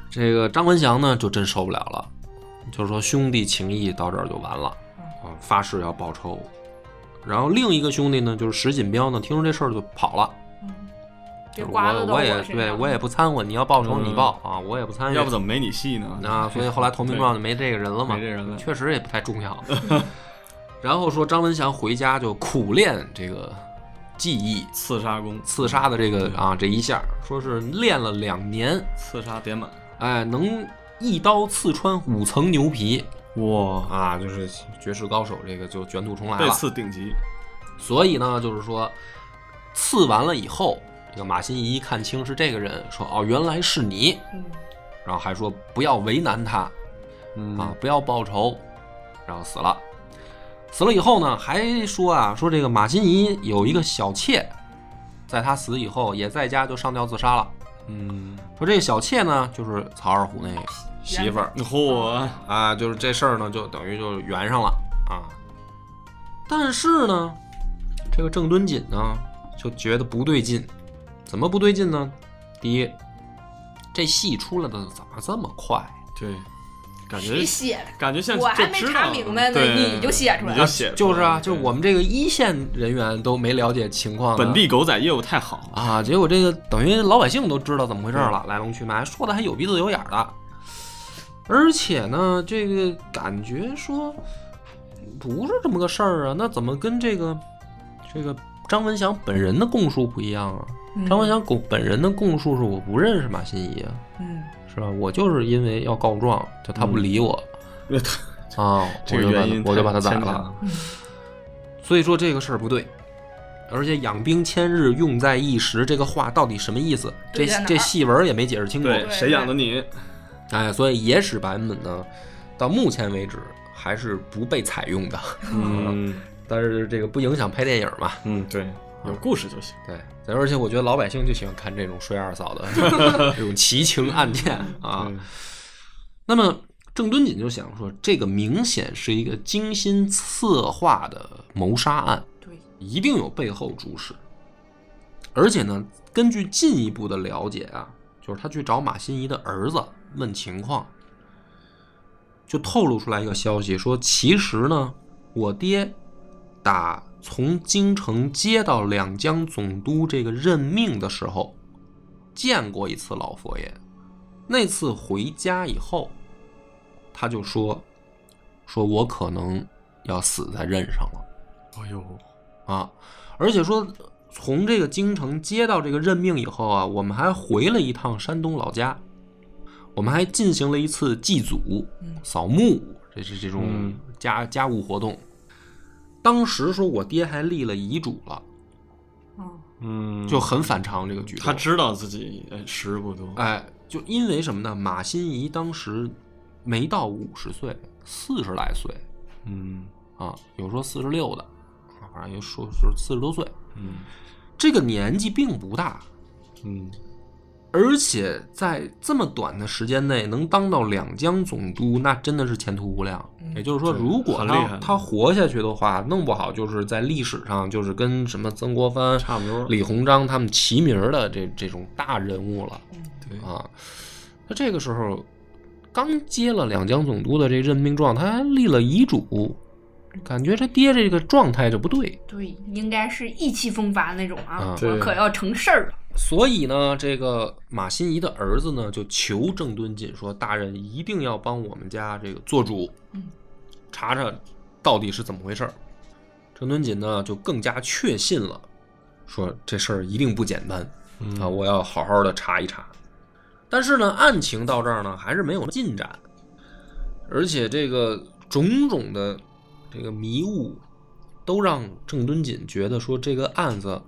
Speaker 1: 这个张文祥呢就真受不了了，就是说兄弟情谊到这儿就完了，啊，发誓要报仇。然后另一个兄弟呢，就是石锦彪呢，听说这事儿就跑了，
Speaker 2: 别
Speaker 1: 就是
Speaker 2: 刮
Speaker 1: 我
Speaker 2: 到
Speaker 1: 我也
Speaker 2: 我身
Speaker 1: 对
Speaker 2: 上，
Speaker 1: 我也不掺和，你要报仇
Speaker 3: 嗯
Speaker 1: 你报、啊，我也不参与。
Speaker 3: 要不怎么没你戏呢？
Speaker 1: 啊，所以后来投名状就没这个人了嘛，
Speaker 3: 没这人了
Speaker 1: 确实也不太重 要。然后说张文祥回家就苦练这个技艺，
Speaker 3: 刺杀功，
Speaker 1: 刺杀的这个
Speaker 3: 嗯
Speaker 1: 啊这一下，说是练了两年，
Speaker 3: 刺杀点满，
Speaker 1: 哎，能一刀刺穿五层牛皮
Speaker 3: 哇，
Speaker 1: 啊，就是绝世高手，这个就卷土重来
Speaker 3: 被
Speaker 1: 了。
Speaker 3: 刺顶级，
Speaker 1: 所以呢，就是说刺完了以后，这个马新贻一看清是这个人，说哦，原来是你，
Speaker 2: 嗯
Speaker 1: 然后还说不要为难他
Speaker 3: 嗯
Speaker 1: 啊，不要报仇，然后死了。死了以后呢，还说啊，说这个马新贻有一个小妾，在他死以后也在家就上吊自杀了。
Speaker 3: 嗯，
Speaker 1: 说这个小妾呢，就是曹二虎那媳妇儿，
Speaker 3: 嚯，
Speaker 1: 啊，就是这事儿呢，就等于就圆上了啊。但是呢，这个郑敦锦呢就觉得不对劲，怎么不对劲呢？第一，这戏出来的怎么这么快？
Speaker 3: 对，感觉
Speaker 2: 谁写的？
Speaker 3: 感觉像
Speaker 2: 我还
Speaker 3: 就
Speaker 2: 没
Speaker 3: 知
Speaker 2: 查
Speaker 3: 道
Speaker 2: 明白呢
Speaker 3: 对
Speaker 2: 你就写出来了
Speaker 3: 你就写出来了，
Speaker 1: 就是啊，就
Speaker 3: 对
Speaker 1: 我们这个一线人员都没了解情况呢，
Speaker 3: 本地狗仔业务太好了，
Speaker 1: 啊，结果这个等于老百姓都知道怎么回事了，来龙去脉说的还有鼻子有眼儿的，而且呢，这个感觉说不是这么个事儿啊，那怎么跟这个这个张文祥本人的供述不一样啊？
Speaker 3: 嗯
Speaker 1: 张文祥供本人的供述是我不认识马新贻啊，
Speaker 2: 嗯
Speaker 1: 是吧？我就是因为要告状，就他不理 我、啊，
Speaker 3: 嗯这
Speaker 1: 我
Speaker 3: 个
Speaker 1: 就把
Speaker 3: 原因
Speaker 1: 我就把他宰啊
Speaker 3: 太牵强
Speaker 1: 了。所以说这个事儿不对，而且“养兵千日，用在一时”这个话到底什么意思？这
Speaker 2: 对在哪儿
Speaker 1: 这戏文也没解释清楚。
Speaker 3: 对，谁养的你？
Speaker 1: 哎，所以野史版本呢，到目前为止还是不被采用的。
Speaker 3: 嗯
Speaker 1: 但是这个不影响拍电影嘛？
Speaker 3: 嗯，对，
Speaker 1: 啊
Speaker 3: 有故事就行。
Speaker 1: 对，而且我觉得老百姓就喜欢看这种摔二嫂的 这种奇情案件啊。
Speaker 3: 嗯
Speaker 1: 那么郑敦锦就想说，这个明显是一个精心策划的谋杀案，
Speaker 2: 对，
Speaker 1: 一定有背后主使。而且呢，根据进一步的了解啊，就是他去找马新贻的儿子问情况，就透露出来一个消息，说其实呢，我爹打从京城接到两江总督这个任命的时候，见过一次老佛爷。那次回家以后，他就说：“说我可能要死在任上了。”
Speaker 3: 哎呦，
Speaker 1: 啊，而且说从这个京城接到这个任命以后啊，我们还回了一趟山东老家，我们还进行了一次祭祖、扫墓，这是这种
Speaker 3: 嗯
Speaker 1: 家、家务活动。当时说我爹还立了遗嘱了，
Speaker 2: 嗯，
Speaker 3: 嗯，
Speaker 1: 就很反常这个举动。
Speaker 3: 他知道自己哎时日不多，
Speaker 1: 哎，就因为什么呢？马新贻当时没到五十岁，四十来岁
Speaker 3: 嗯
Speaker 1: 啊，有说四十六的，啊反正有说是四十多岁，
Speaker 3: 嗯
Speaker 1: 这个年纪并不大，
Speaker 3: 嗯，
Speaker 1: 而且在这么短的时间内能当到两江总督，那真的是前途无量。也就是说，
Speaker 3: 嗯对
Speaker 1: 如果
Speaker 3: 很厉
Speaker 1: 他
Speaker 3: 害
Speaker 1: 他活下去的话，弄不好就是在历史上就是跟什么曾国藩、
Speaker 3: 差不多。
Speaker 1: 李鸿章他们齐名儿的这这种大人物了
Speaker 3: 对，
Speaker 1: 啊。他这个时候刚接了两江总督的这任命状，他还立了遗嘱，感觉他爹这个状态就不对。
Speaker 2: 对，应该是意气风发那种
Speaker 1: 啊
Speaker 2: 啊，
Speaker 3: 对
Speaker 2: 我可要成事儿了。
Speaker 1: 所以呢，这个马新贻的儿子呢，就求郑敦锦说：“大人一定要帮我们家这个做主
Speaker 2: 嗯，
Speaker 1: 查查到底是怎么回事儿。”郑敦锦呢，就更加确信了，说这事儿一定不简单
Speaker 3: 嗯
Speaker 1: 啊！我要好好的查一查。但是呢，案情到这儿呢，还是没有进展，而且这个种种的这个迷雾，都让郑敦锦觉得说这个案子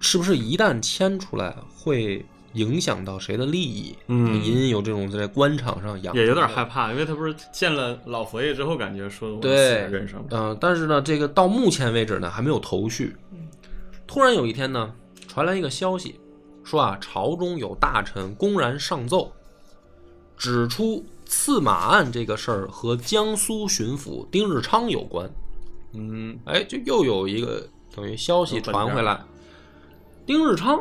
Speaker 1: 是不是一旦牵出来会影响到谁的利益？
Speaker 3: 嗯
Speaker 1: 隐隐有这种在官场上养，
Speaker 3: 也有点害。怕，因为他不是见了老佛爷之后，感觉说我死
Speaker 1: 对
Speaker 3: 在任上了。
Speaker 1: 嗯、但是呢，这个到目前为止呢，还没有头绪。
Speaker 2: 嗯
Speaker 1: 突然有一天呢，传来一个消息，说啊，朝中有大臣公然上奏，指出刺马案这个事儿和江苏巡抚丁日昌有关。
Speaker 3: 嗯，
Speaker 1: 哎，就又有一个等于消息
Speaker 3: 有本
Speaker 1: 传
Speaker 3: 事
Speaker 1: 回
Speaker 3: 儿
Speaker 1: 来，丁日昌，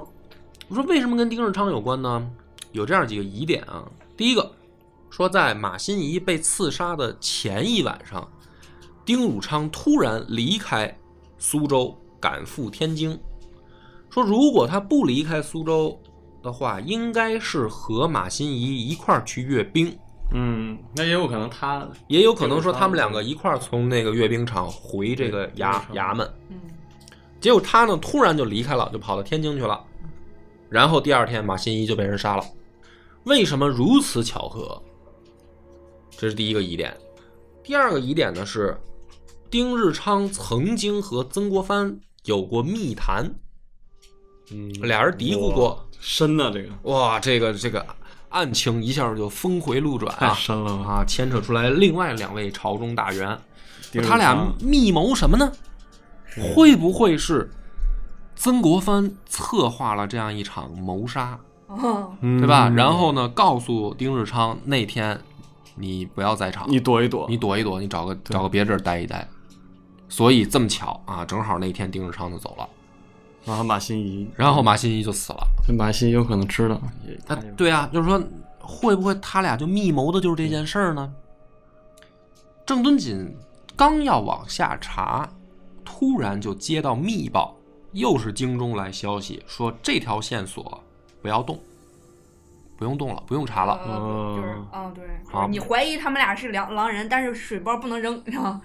Speaker 1: 我说为什么跟丁日昌有关呢？有这样几个疑点啊。第一个，说在马新贻被刺杀的前一晚上，丁汝昌突然离开苏州，赶赴天津。说如果他不离开苏州的话，应该是和马新贻一块儿去阅兵。
Speaker 3: 嗯，那也有可能他
Speaker 1: 也有可能说他们两个一块儿从那个阅兵场回这个衙
Speaker 3: 对
Speaker 1: 衙门，
Speaker 2: 嗯，
Speaker 1: 结果他呢突然就离开了，就跑到天津去了。然后第二天，马新贻就被人杀了。为什么如此巧合？这是第一个疑点。第二个疑点呢是，丁日昌曾经和曾国藩有过密谈，
Speaker 3: 嗯
Speaker 1: 俩人嘀咕过
Speaker 3: 哇深呢，这个
Speaker 1: 哇，这个这个案情一下就峰回路转
Speaker 3: 太
Speaker 1: 啊
Speaker 3: 深了吧？
Speaker 1: 啊，牵扯出来另外两位朝中大员。
Speaker 3: 丁
Speaker 1: 他
Speaker 3: 汝
Speaker 1: 俩
Speaker 3: 昌
Speaker 1: 密谋什么呢？会不会是曾国藩策划了这样一场谋杀，
Speaker 2: 哦，
Speaker 3: 嗯
Speaker 1: 对吧？然后呢，告诉丁日昌那天你不要在场，
Speaker 3: 你躲一躲，
Speaker 1: 你躲一躲，你找个找个别地儿待一待。所以这么巧啊，正好那天丁日昌就走了，
Speaker 3: 然后马新贻，
Speaker 1: 然后马新贻就死了。
Speaker 3: 这马新贻有可能知道，也
Speaker 1: 啊，对啊，就是说会不会他俩就密谋的就是这件事儿呢？郑敦锦刚要往下查，突然就接到密报，又是京中来消息说这条线索不要动，不用动了，不用查了。
Speaker 2: 呃就是哦，对，就
Speaker 1: 好
Speaker 2: 是你怀疑他们俩是狼狼人，但是水包不能扔，然后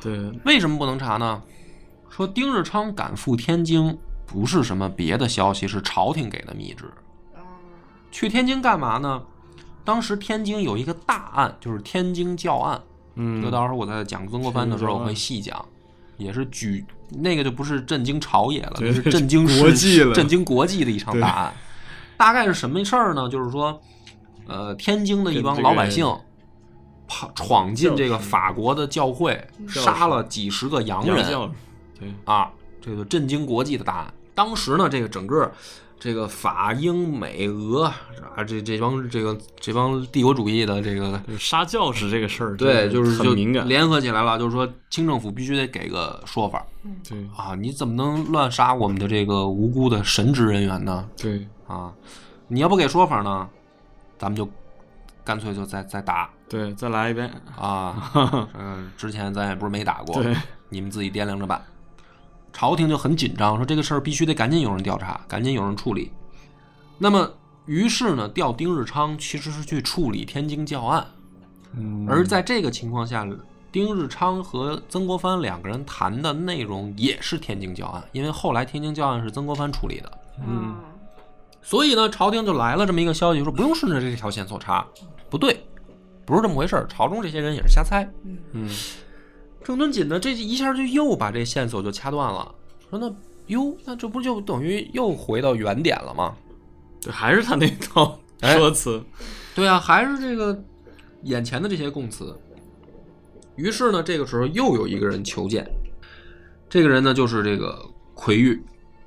Speaker 3: 对，
Speaker 1: 为什么不能查呢？说丁日昌赶赴天津不是什么别的消息，是朝廷给的密旨。
Speaker 2: 嗯
Speaker 1: 去天津干嘛呢？当时天津有一个大案，就是天津教案。
Speaker 3: 嗯，
Speaker 1: 就到时候我在讲曾国藩的时候
Speaker 3: 是
Speaker 1: 我会细讲。也是举那个就不是震惊朝野了，
Speaker 3: 对
Speaker 1: 那是震惊世
Speaker 3: 国际了
Speaker 1: 震惊国际的一场大案。大概是什么事儿呢？就是说，呃，天津的一帮
Speaker 3: 跟这个
Speaker 1: 老百姓跑闯进这个法国的教会，
Speaker 3: 教
Speaker 1: 杀了几十个洋
Speaker 3: 洋
Speaker 1: 人
Speaker 3: 教授，对，
Speaker 1: 啊，这个震惊国际的大案。当时呢，这个整个这个法英美俄啊，这这帮这个这帮帝国主义的这个
Speaker 3: 就是杀教士这个事儿，
Speaker 1: 对，就是
Speaker 3: 很
Speaker 1: 就
Speaker 3: 敏感，
Speaker 1: 联合起来了，就是说清政府必须得给个说法
Speaker 3: 对
Speaker 1: 啊！你怎么能乱杀我们的这个无辜的神职人员呢？
Speaker 3: 对
Speaker 1: 啊，你要不给说法呢，咱们就干脆就再再打
Speaker 3: 对，再来一遍，
Speaker 1: 啊！ 嗯，之前咱也不是没打过，
Speaker 3: 对
Speaker 1: 你们自己掂量着办。朝廷就很紧张，说这个事儿必须得赶紧有人调查，赶紧有人处理。那么，于是呢，调丁日昌其实是去处理天津教案。
Speaker 3: 嗯
Speaker 1: 而在这个情况下，丁日昌和曾国藩两个人谈的内容也是天津教案，因为后来天津教案是曾国藩处理的，
Speaker 3: 嗯
Speaker 2: 啊
Speaker 1: 所以呢，朝廷就来了这么一个消息，说不用顺着这条线索查，不对，不是这么回事儿，朝中这些人也是瞎猜。
Speaker 2: 嗯
Speaker 3: 嗯，
Speaker 1: 郑敦锦呢，这一下就又把这线索就掐断了，说那哟，那这不就等于又回到原点了吗？
Speaker 3: 对，还是他那套
Speaker 1: 哎
Speaker 3: 说辞，
Speaker 1: 对啊，还是这个眼前的这些供词。于是呢，这个时候又有一个人求见，这个人呢就是这个奎玉。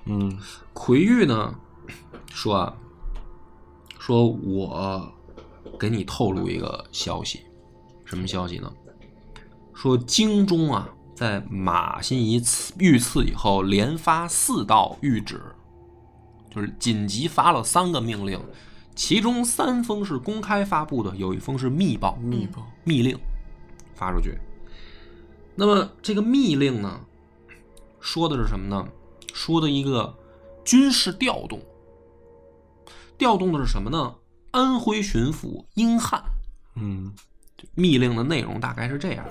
Speaker 3: 嗯
Speaker 1: 奎玉呢说啊，说我给你透露一个消息，什么消息呢？说京中啊，在马新贻刺遇刺以后，连发四道谕旨，就是紧急发了三个命令，其中三封是公开发布的，有一封是密报，
Speaker 3: 密报，
Speaker 1: 密令发出去。那么这个密令呢，说的是什么呢？说的一个军事调动，调动的是什么呢？安徽巡抚殷汉
Speaker 3: 嗯
Speaker 1: 密令的内容大概是这样。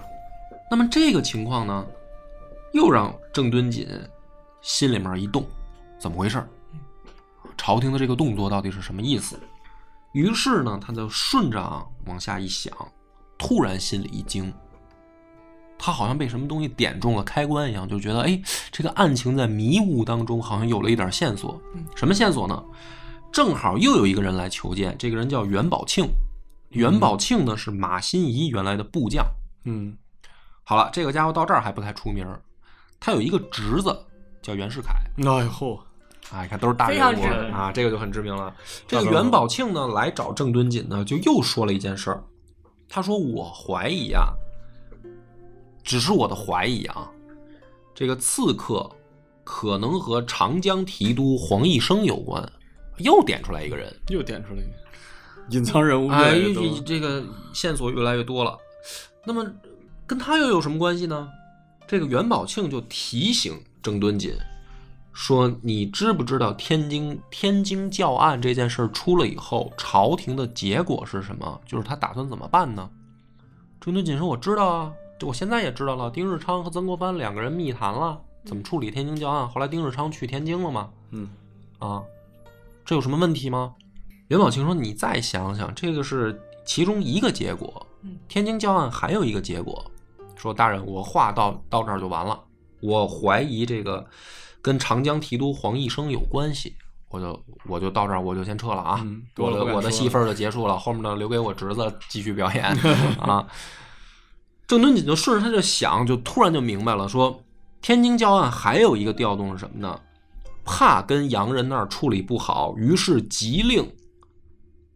Speaker 1: 那么这个情况呢，又让郑敦锦心里面一动，怎么回事儿？朝廷的这个动作到底是什么意思？于是呢，他就顺着啊往下一想，突然心里一惊，他好像被什么东西点中了开关一样，就觉得哎，这个案情在迷雾当中好像有了一点线索。什么线索呢？正好又有一个人来求见，这个人叫袁宝庆。袁宝庆呢是马新贻原来的部将。
Speaker 3: 嗯
Speaker 1: 好了，这个家伙到这儿还不太出名儿，他有一个侄子叫袁世凯。
Speaker 3: 哎呦，
Speaker 1: 啊，你看都是大
Speaker 2: 非
Speaker 1: 人
Speaker 2: 常
Speaker 1: 物
Speaker 2: 知
Speaker 3: 名
Speaker 1: 啊，这个就很知名了。这
Speaker 3: 大
Speaker 1: 个
Speaker 3: 人物
Speaker 1: 袁宝庆呢来找郑敦锦呢，就又说了一件事儿，他说我怀疑啊，只是我的怀疑啊，这个刺客可能和长江提督黄义生有关，又点出来一个人，
Speaker 3: 又点出来一个隐藏人物，
Speaker 1: 哎，这这个线索越来越多了。那么跟他又有什么关系呢？这个袁宝庆就提醒郑敦锦说：“你知不知道天津天津教案这件事儿出了以后，朝廷的结果是什么？就是他打算怎么办呢？”郑敦锦说：“我知道啊，这我现在也知道了。丁日昌和曾国藩两个人密谈了，怎么处理天津教案。后来丁日昌去天津了嘛，
Speaker 3: 嗯
Speaker 1: 啊，这有什么问题吗？袁宝庆说：“你再想想，这个是其中一个结果
Speaker 2: 嗯。
Speaker 1: 天津教案还有一个结果，说大人，我话到到这儿就完了。我怀疑这个跟长江提督黄义生有关系，我就我就到这儿，我就先撤了啊。
Speaker 3: 嗯多
Speaker 1: 我
Speaker 3: 了不
Speaker 1: 的
Speaker 3: 敢
Speaker 1: 我的
Speaker 3: 说
Speaker 1: 戏
Speaker 3: 了
Speaker 1: 份儿就结束了，后面的留给我侄子继续 表演啊。”郑敦锦就顺着他就想，就突然就明白了，说天津教案还有一个调动是什么呢？怕跟洋人那儿处理不好，于是急令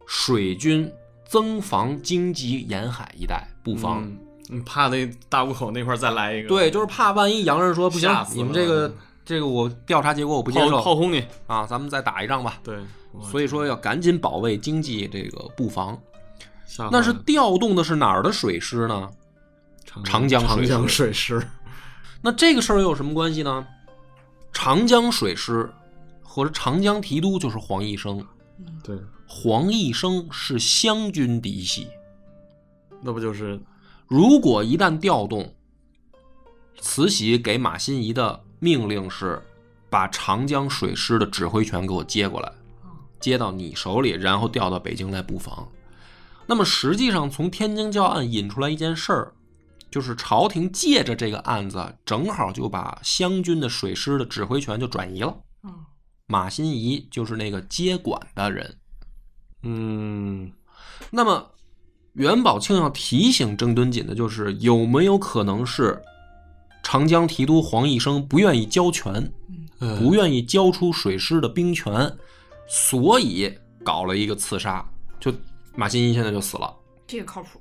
Speaker 1: 水军增防京畿沿海一带布防。
Speaker 3: 嗯，嗯怕那大渡口那块儿再来一个，
Speaker 1: 对，就是怕万一洋人说不行
Speaker 3: 吓，死
Speaker 1: 你们
Speaker 3: 了嗯
Speaker 1: 这个这个我调查结果我不接
Speaker 3: 炮炮
Speaker 1: 受
Speaker 3: 轰你，
Speaker 1: 啊，咱们再打一仗吧。
Speaker 3: 对，
Speaker 1: 所以说要赶紧保卫经济这个布防。
Speaker 3: 下
Speaker 1: 那
Speaker 3: 回
Speaker 1: 是调动的是哪儿的水师呢？长江
Speaker 3: 长
Speaker 1: 水
Speaker 3: 江
Speaker 1: 师
Speaker 3: 水师，
Speaker 1: 那这个事儿又有什么关系呢？长江水师和长江提督就是黄义生，
Speaker 3: 对，
Speaker 1: 黄义生是湘军嫡系，
Speaker 3: 那不就是
Speaker 1: 如果一旦调动，慈禧给马新贻的命令是把长江水师的指挥权给我接过来，
Speaker 2: 哦
Speaker 1: 接到你手里，然后调到北京来布防。那么实际上，从天津教案引出来一件事儿，就是朝廷借着这个案子，正好就把湘军的水师的指挥权就转移了。
Speaker 2: 嗯，
Speaker 1: 马新贻就是那个接管的人。
Speaker 3: 嗯，
Speaker 1: 那么，袁宝庆要提醒郑敦锦的就是，有没有可能是长江提督黄义升不愿意交权，
Speaker 3: 呃嗯
Speaker 1: 不愿意交出水师的兵权，所以搞了一个刺杀，就马新贻现在就死了，
Speaker 2: 这个靠谱。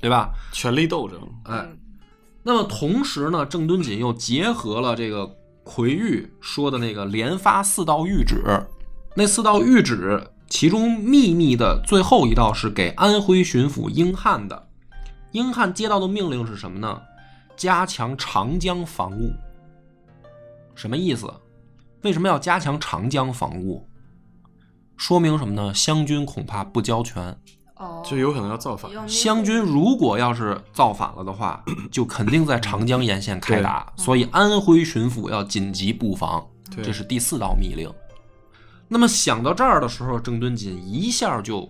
Speaker 1: 对吧？
Speaker 3: 权力斗争，
Speaker 1: 哎，
Speaker 2: 嗯，
Speaker 1: 那么同时呢，郑敦锦又结合了这个奎玉说的那个连发四道谕旨，那四道谕旨其中秘密的最后一道是给安徽巡抚英汉的，英汉接到的命令是什么呢？加强长江防务。什么意思？为什么要加强长江防务？说明什么呢？湘军恐怕不交权，
Speaker 2: 哦，
Speaker 3: 就有可能要造反。
Speaker 2: 有
Speaker 1: 湘军如果要是造反了的话， 就肯定在长江沿线开打，所以安徽巡抚要紧急布防，
Speaker 3: 对
Speaker 1: 这是第四道密令。那么想到这儿的时候，郑敦锦一下就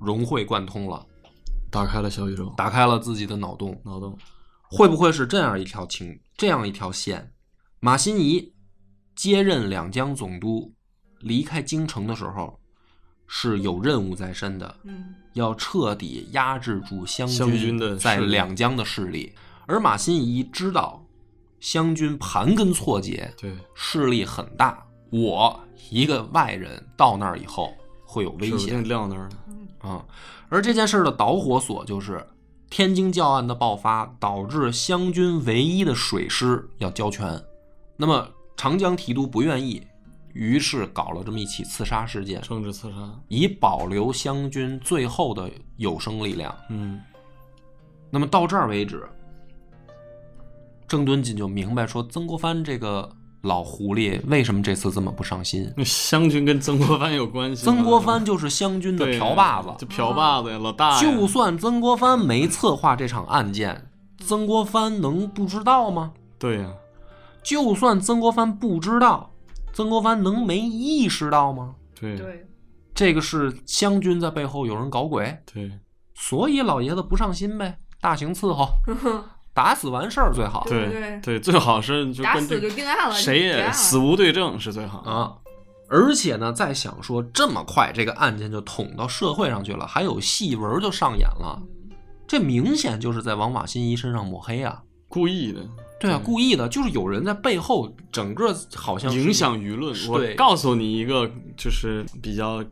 Speaker 1: 融会贯通了，
Speaker 3: 打开了小宇宙，
Speaker 1: 打开了自己的脑洞。
Speaker 3: 脑洞，
Speaker 1: 会不会是这样一条情，这样一条线？马新贻接任两江总督，离开京城的时候是有任务在身的，
Speaker 2: 嗯，
Speaker 1: 要彻底压制住湘
Speaker 3: 湘军的
Speaker 1: 在
Speaker 3: 势力
Speaker 1: 两江的势力。而马新贻知道湘军盘根错节，
Speaker 3: 对，
Speaker 1: 势力很大，我一个外人到那儿以后会有危
Speaker 3: 指不
Speaker 1: 险
Speaker 3: 定撂那儿了。
Speaker 1: 啊、而这件事儿的导火索就是天津教案的爆发，导致湘军唯一的水师要交权，那么长江提督不愿意，于是搞了这么一起刺杀事件，
Speaker 3: 政治刺杀，
Speaker 1: 以保留湘军最后的有生力量。
Speaker 3: 嗯，
Speaker 1: 那么到这儿为止，郑敦锦就明白说，曾国藩这个老狐狸为什么这次这么不上心。
Speaker 3: 那湘军跟曾国藩有关系吗。
Speaker 1: 曾国藩就是湘军的
Speaker 3: 对啊
Speaker 1: 瓢把子
Speaker 3: 就，瓢把子呀，老大呀。
Speaker 1: 就算曾国藩没策划这场案件，曾国藩能不知道吗？
Speaker 3: 对呀，
Speaker 1: 就算曾国藩不知道，曾国藩能没意识到吗？
Speaker 3: 对
Speaker 2: 对，
Speaker 1: 这个是湘军在背后有人搞鬼，
Speaker 3: 对
Speaker 1: 所以老爷子不上心呗，大刑伺 候，打死完事儿最好。
Speaker 2: 对
Speaker 3: 对对，最好是就
Speaker 2: 打
Speaker 3: 跟
Speaker 2: 死
Speaker 3: 这
Speaker 2: 就定案了，
Speaker 3: 谁
Speaker 2: 定案
Speaker 3: 也
Speaker 2: 了
Speaker 3: 死无对证是最好。
Speaker 1: 啊。而且呢，再想说这么快这个案件就捅到社会上去了，还有戏文就上演了，这明显就是在往马新贻身上抹黑啊！
Speaker 3: 故意的
Speaker 1: 对啊，故意的，就是有人在背后整个好像是
Speaker 3: 影响舆论。
Speaker 1: 对
Speaker 3: 我告诉你一个，就是比较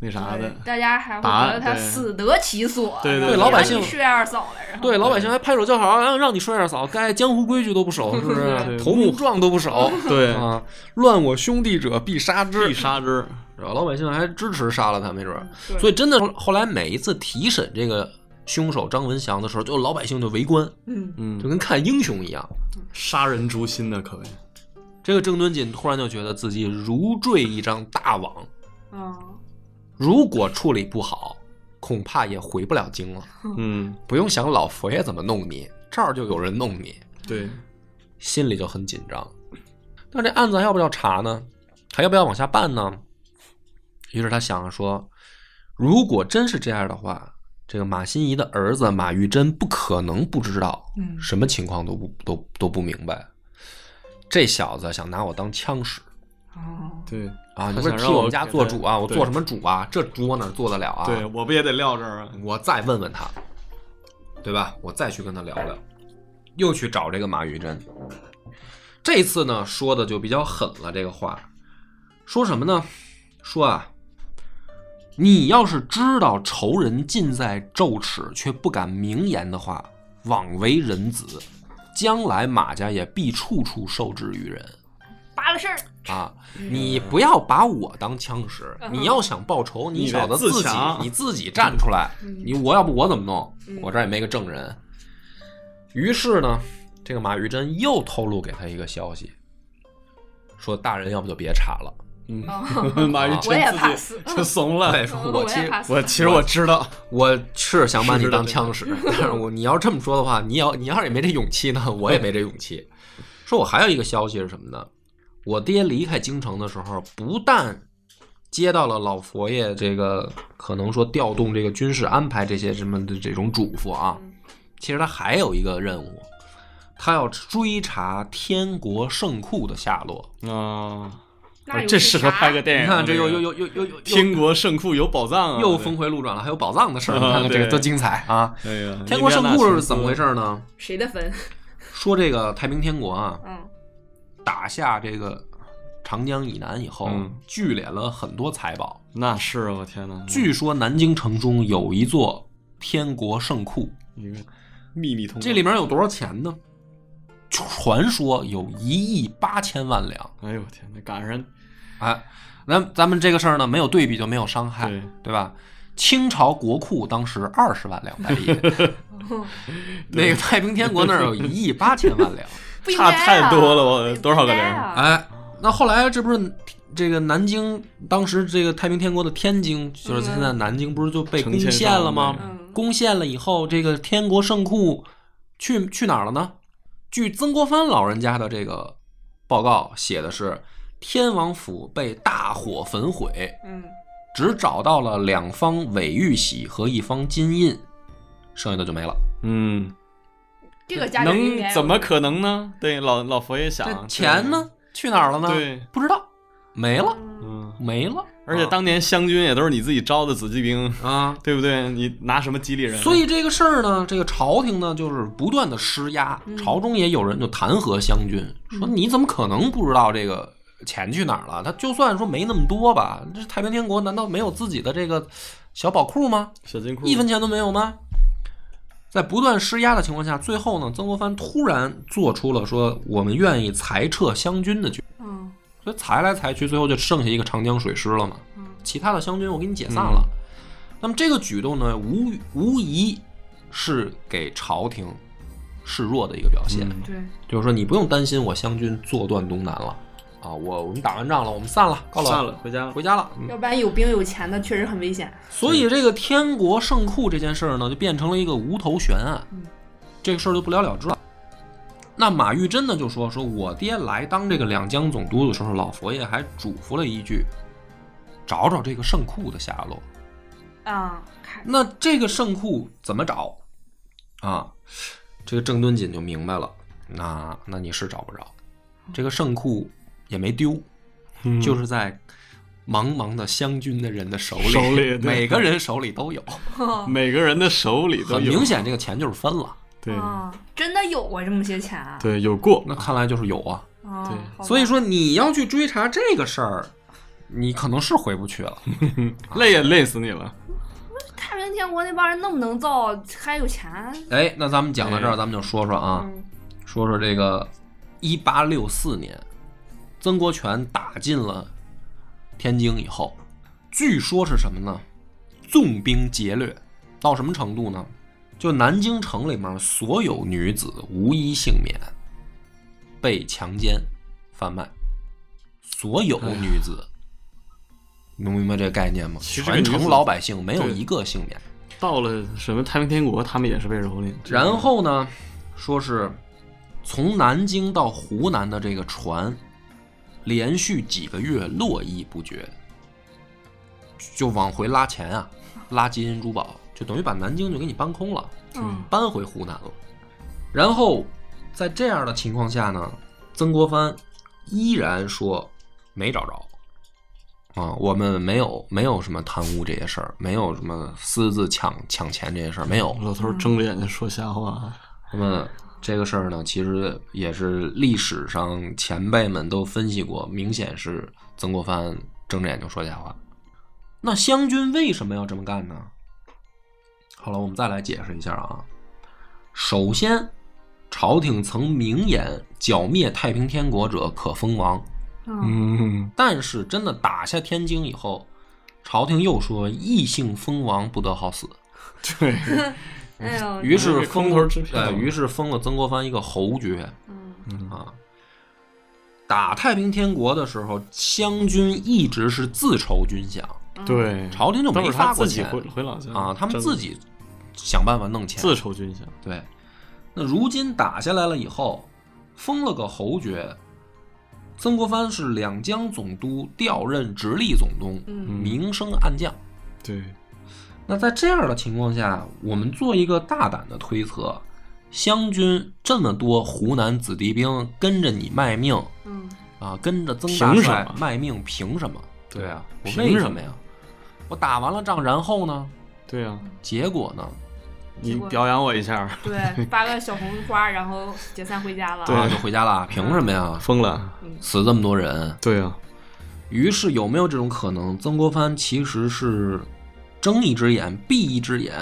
Speaker 3: 那啥的
Speaker 2: 对，大家还会
Speaker 3: 答案
Speaker 2: 觉得他
Speaker 3: 对
Speaker 2: 死得其所，
Speaker 3: 对对
Speaker 1: 对老百姓
Speaker 2: 睡二嫂来着，
Speaker 1: 对老百姓还拍手叫好，啊让你摔二嫂，该江湖规矩都不守，是 不是？
Speaker 3: 对
Speaker 1: 投名状都不守
Speaker 3: 对，
Speaker 1: 啊！乱我兄弟者必杀之
Speaker 3: 必，杀之儿。
Speaker 1: 然后老百姓还支持杀了他，没准儿。
Speaker 2: 对
Speaker 1: 所以真的后来每一次提审这个凶手张文祥的时候，就老百姓就围观，
Speaker 2: 嗯，
Speaker 3: 嗯
Speaker 1: 就，跟看英雄一样。
Speaker 3: 杀人诛心的可谓。
Speaker 1: 这个郑敦锦突然就觉得自己如坠一张大网，
Speaker 2: 嗯，
Speaker 1: 如果处理不好，恐怕也回不了京了。
Speaker 3: 嗯，
Speaker 1: 不用想老佛爷怎么弄你，这儿就有人弄你，
Speaker 3: 对，
Speaker 1: 心里就很紧张。那这案子还要不要查呢？还要不要往下办呢？于是他想着说，如果真是这样的话，这个马新贻的儿子马玉珍不可能不知道，
Speaker 2: 嗯
Speaker 1: 什么情况都不都都不明白。这小子想拿我当枪使，
Speaker 2: 哦，
Speaker 3: 对，
Speaker 1: 啊，
Speaker 3: 他
Speaker 1: 你不是
Speaker 3: 想
Speaker 1: 替
Speaker 3: 让
Speaker 1: 我
Speaker 3: 我
Speaker 1: 们家
Speaker 3: 给
Speaker 1: 做
Speaker 3: 他
Speaker 1: 主啊？我
Speaker 3: 对
Speaker 1: 做什么主啊？这主我哪儿做得了啊？
Speaker 3: 对，我不也得撂这儿啊？
Speaker 1: 我再问问他，对吧？我再去跟他聊聊，又去找这个马玉珍。这次呢，说的就比较狠了，这个话说什么呢？说啊，你要是知道仇人近在咫尺却不敢明言的话，枉为人子，将来马家也必处处受制于人。
Speaker 2: 扒了事儿，
Speaker 1: 啊，你不要把我当枪使，
Speaker 2: 嗯
Speaker 1: 你要想报仇，你
Speaker 3: 你得
Speaker 1: 小子
Speaker 3: 自
Speaker 1: 自己
Speaker 3: 强
Speaker 1: 你自己站出来，你我要不我怎么弄
Speaker 2: 嗯？
Speaker 1: 我这儿也没个证人。于是呢，这个马玉珍又透露给他一个消息，说大人要不就别查了。
Speaker 3: 嗯，
Speaker 2: 哦
Speaker 3: 马玉
Speaker 2: 我也
Speaker 3: 珍
Speaker 2: 怕
Speaker 3: 自
Speaker 2: 死
Speaker 3: 己就怂了。
Speaker 1: 哎对，说
Speaker 2: 嗯
Speaker 1: 我
Speaker 2: 我
Speaker 1: 其
Speaker 2: 也
Speaker 1: 实
Speaker 2: 怕死，
Speaker 3: 我其实我知道，
Speaker 1: 我是想把你
Speaker 3: 是的
Speaker 1: 当枪使， 但是我你要这么说的话，你要你要是也没这勇气呢，我也没这勇 气。说我还有一个消息是什么呢？我爹离开京城的时候，不但接到了老佛爷这个可能说调动这个军事安排这些什么的这种嘱咐啊，其实他还有一个任务，他要追查天国圣库的下落。
Speaker 3: 啊，
Speaker 2: 那有
Speaker 3: 这适合
Speaker 2: 啥
Speaker 3: 拍个电影。
Speaker 1: 你看，这又
Speaker 3: 个
Speaker 1: 又又又又又
Speaker 3: 天国圣库有宝哎藏啊，
Speaker 1: 又
Speaker 3: 对
Speaker 1: 峰回路转了，还有宝藏的事儿，
Speaker 3: 啊
Speaker 1: 你看这个
Speaker 3: 对
Speaker 1: 多精彩啊！
Speaker 3: 哎呀，
Speaker 1: 天国圣
Speaker 3: 利
Speaker 1: 库
Speaker 3: 维亚纳
Speaker 1: 是怎么回
Speaker 3: 琼斯？
Speaker 1: 事呢？
Speaker 2: 谁的坟？
Speaker 1: 说这个太平天国啊，
Speaker 2: 嗯，
Speaker 1: 打下这个长江以南以后
Speaker 3: 嗯，
Speaker 1: 聚敛了很多财宝。
Speaker 3: 那是啊，我天哪，
Speaker 1: 据说南京城中有一座天国圣库，
Speaker 3: 一个秘密通道
Speaker 1: 这里，面有多少钱呢？传说有一亿八千万两。
Speaker 3: 哎呦我天哪，赶上
Speaker 1: 哎，那咱们这个事儿呢，没有对比就没有伤害，
Speaker 3: 对
Speaker 1: 吧？清朝国库当时二十万两白 银，那个太平天国那儿有一亿八千万两。
Speaker 2: 不应该
Speaker 3: 差
Speaker 2: 啊
Speaker 3: 太多了，我
Speaker 2: 不
Speaker 3: 多少个
Speaker 2: 应
Speaker 3: 零
Speaker 2: 该？啊？
Speaker 1: 哎，那后来这不是这个南京当时这个太平天国的天津，就是现在南京，不是就被
Speaker 3: 成
Speaker 1: 攻
Speaker 3: 千
Speaker 1: 陷
Speaker 3: 上
Speaker 1: 了吗
Speaker 3: 万？
Speaker 2: 嗯
Speaker 1: 攻陷了以后，这个天国圣库去去哪儿了呢？据曾国藩老人家的这个报告写的是，天王府被大火焚毁，
Speaker 2: 嗯，
Speaker 1: 只找到了两方伪玉玺和一方金印，剩下的就没了。
Speaker 3: 嗯，
Speaker 2: 这个家长应
Speaker 3: 能
Speaker 2: 该
Speaker 3: 怎么可能呢？对，老老佛爷想
Speaker 1: 这啊钱？呢？去哪儿了呢？
Speaker 3: 对
Speaker 1: 不知道，没了，
Speaker 3: 对
Speaker 2: 嗯
Speaker 3: 嗯，
Speaker 1: 没了。
Speaker 3: 而且当年湘军也都是你自己招的子弟兵，
Speaker 1: 啊，
Speaker 3: 对不对？你拿什么激励人？啊
Speaker 1: 所以这个事儿呢，这个朝廷呢就是不断的施压，朝中也有人就弹劾湘军，说你怎么可能不知道这个钱去哪儿了？他就算说没那么多吧，这太平天国难道没有自己的这个小宝库吗？
Speaker 3: 小金库
Speaker 1: 一分钱都没有吗？在不断施压的情况下，最后呢，曾国藩突然做出了说我们愿意裁撤湘军的决定，
Speaker 2: 嗯
Speaker 1: 所以裁来裁去，最后就剩下一个长江水师了嘛。
Speaker 2: 嗯
Speaker 1: 其他的湘军我给你解散了。
Speaker 3: 嗯
Speaker 1: 那么这个举动呢，无无疑是给朝廷示弱的一个表现，
Speaker 3: 嗯
Speaker 2: 对，
Speaker 1: 就是说你不用担心我湘军坐断东南了啊，我我们打完仗了，我们散了，告老
Speaker 3: 散了，回家了。
Speaker 1: 回家了。
Speaker 2: 要不然有兵有钱的确实很危险。
Speaker 1: 所以这个天国圣库这件事儿呢，就变成了一个无头悬案
Speaker 2: 嗯，
Speaker 1: 这个事儿就不了了之了。那马玉珍呢就说：“说我爹来当这个两江总督的时候，老佛爷还嘱咐了一句，找找这个圣库的下落。”
Speaker 2: 啊，看
Speaker 1: 那这个圣库怎么找啊？这个郑敦锦就明白了，那那你是找不着，这个圣库也没丢，
Speaker 3: 嗯
Speaker 1: 就是在茫茫的湘军的人的手里，
Speaker 3: 手里对
Speaker 1: 每个人手里都有。
Speaker 3: 每个人的手里都
Speaker 1: 很
Speaker 3: 有，
Speaker 1: 明显，这个钱就是分了。
Speaker 3: 对
Speaker 1: 哦
Speaker 2: 啊，真的有过这么些钱啊？
Speaker 3: 对，有过
Speaker 1: 那看来就是有啊。
Speaker 2: 啊，
Speaker 3: 对
Speaker 2: 好吧
Speaker 1: 所以说你要去追查这个事儿，你可能是回不去了。
Speaker 3: 累也累死你了。
Speaker 2: 太平天国那帮人那么能造，还有钱？
Speaker 1: 哎，那咱们讲到这儿，
Speaker 3: 哎
Speaker 1: 咱们就说说啊，
Speaker 2: 嗯
Speaker 1: 说说这个一八六四年，曾国荃打进了天津以后，据说是什么呢？纵兵劫掠到什么程度呢？就南京城里面所有女子无一幸免，被强奸、贩卖，所有女子，你能明白这个概念吗？
Speaker 3: 其实这个
Speaker 1: 全
Speaker 3: 女子
Speaker 1: 城老百姓没有
Speaker 3: 对
Speaker 1: 一个幸免。
Speaker 3: 到了什么太平天国，他们也是被蹂躏。
Speaker 1: 然后呢，说是从南京到湖南的这个船，连续几个月络绎不绝，就往回拉钱啊，拉金银珠宝，就等于把南京就给你搬空了，
Speaker 2: 嗯
Speaker 1: 搬回湖南了。然后在这样的情况下呢，曾国藩依然说没找着。啊，我们没有没有什么贪污这些事儿，没有什么私自抢抢钱这些事儿，没有。
Speaker 3: 老头儿睁着眼睛说瞎话，
Speaker 1: 那么这个事儿呢，其实也是历史上前辈们都分析过，明显是曾国藩睁着眼睛说瞎话。那湘军为什么要这么干呢？好了，我们再来解释一下啊。首先，朝廷曾明言剿灭太平天国者可封王，
Speaker 2: 嗯
Speaker 3: 嗯，
Speaker 1: 但是真的打下天津以后，朝廷又说异姓封王不得好死，
Speaker 3: 对，
Speaker 2: 哎呦，
Speaker 1: 于是
Speaker 3: 这
Speaker 1: 封
Speaker 3: 空头支票
Speaker 1: 对于是封了曾国藩一个侯爵。
Speaker 2: 嗯
Speaker 1: 啊，打太平天国的时候，湘军一直是自筹军饷，
Speaker 2: 嗯
Speaker 3: 对，
Speaker 1: 朝廷就
Speaker 3: 嗯都
Speaker 1: 没
Speaker 3: 是他
Speaker 1: 发过
Speaker 3: 自己
Speaker 1: 钱
Speaker 3: 回回老家
Speaker 1: 啊，他们
Speaker 3: 真
Speaker 1: 自己想办法弄钱。
Speaker 3: 自筹军饷，
Speaker 1: 对，那如今打下来了以后，封了个侯爵，曾国藩是两江总督调任直隶总督，
Speaker 2: 嗯
Speaker 1: 明升暗降。
Speaker 3: 对，
Speaker 1: 那在这样的情况下，我们做一个大胆的推测，湘军这么多湖南子弟兵跟着你卖命
Speaker 2: 嗯，
Speaker 1: 啊，跟着曾大
Speaker 3: 凭什
Speaker 1: 帅
Speaker 3: 么
Speaker 1: 卖命，凭什么？对啊，我
Speaker 3: 凭
Speaker 1: 为
Speaker 3: 什
Speaker 1: 什
Speaker 3: 么
Speaker 1: 么呀？我打完了仗，然后呢？
Speaker 3: 对呀、
Speaker 1: 结果呢？
Speaker 3: 你
Speaker 2: 结果
Speaker 3: 表扬我一下，
Speaker 2: 对，发个小红花，然后解散回家了。
Speaker 3: 对
Speaker 1: 啊，就回家了。凭什么呀？
Speaker 3: 疯了，
Speaker 1: 死这么多人。
Speaker 3: 对呀、啊
Speaker 1: 于是有没有这种可能，曾国藩其实是睁一只眼闭一只眼，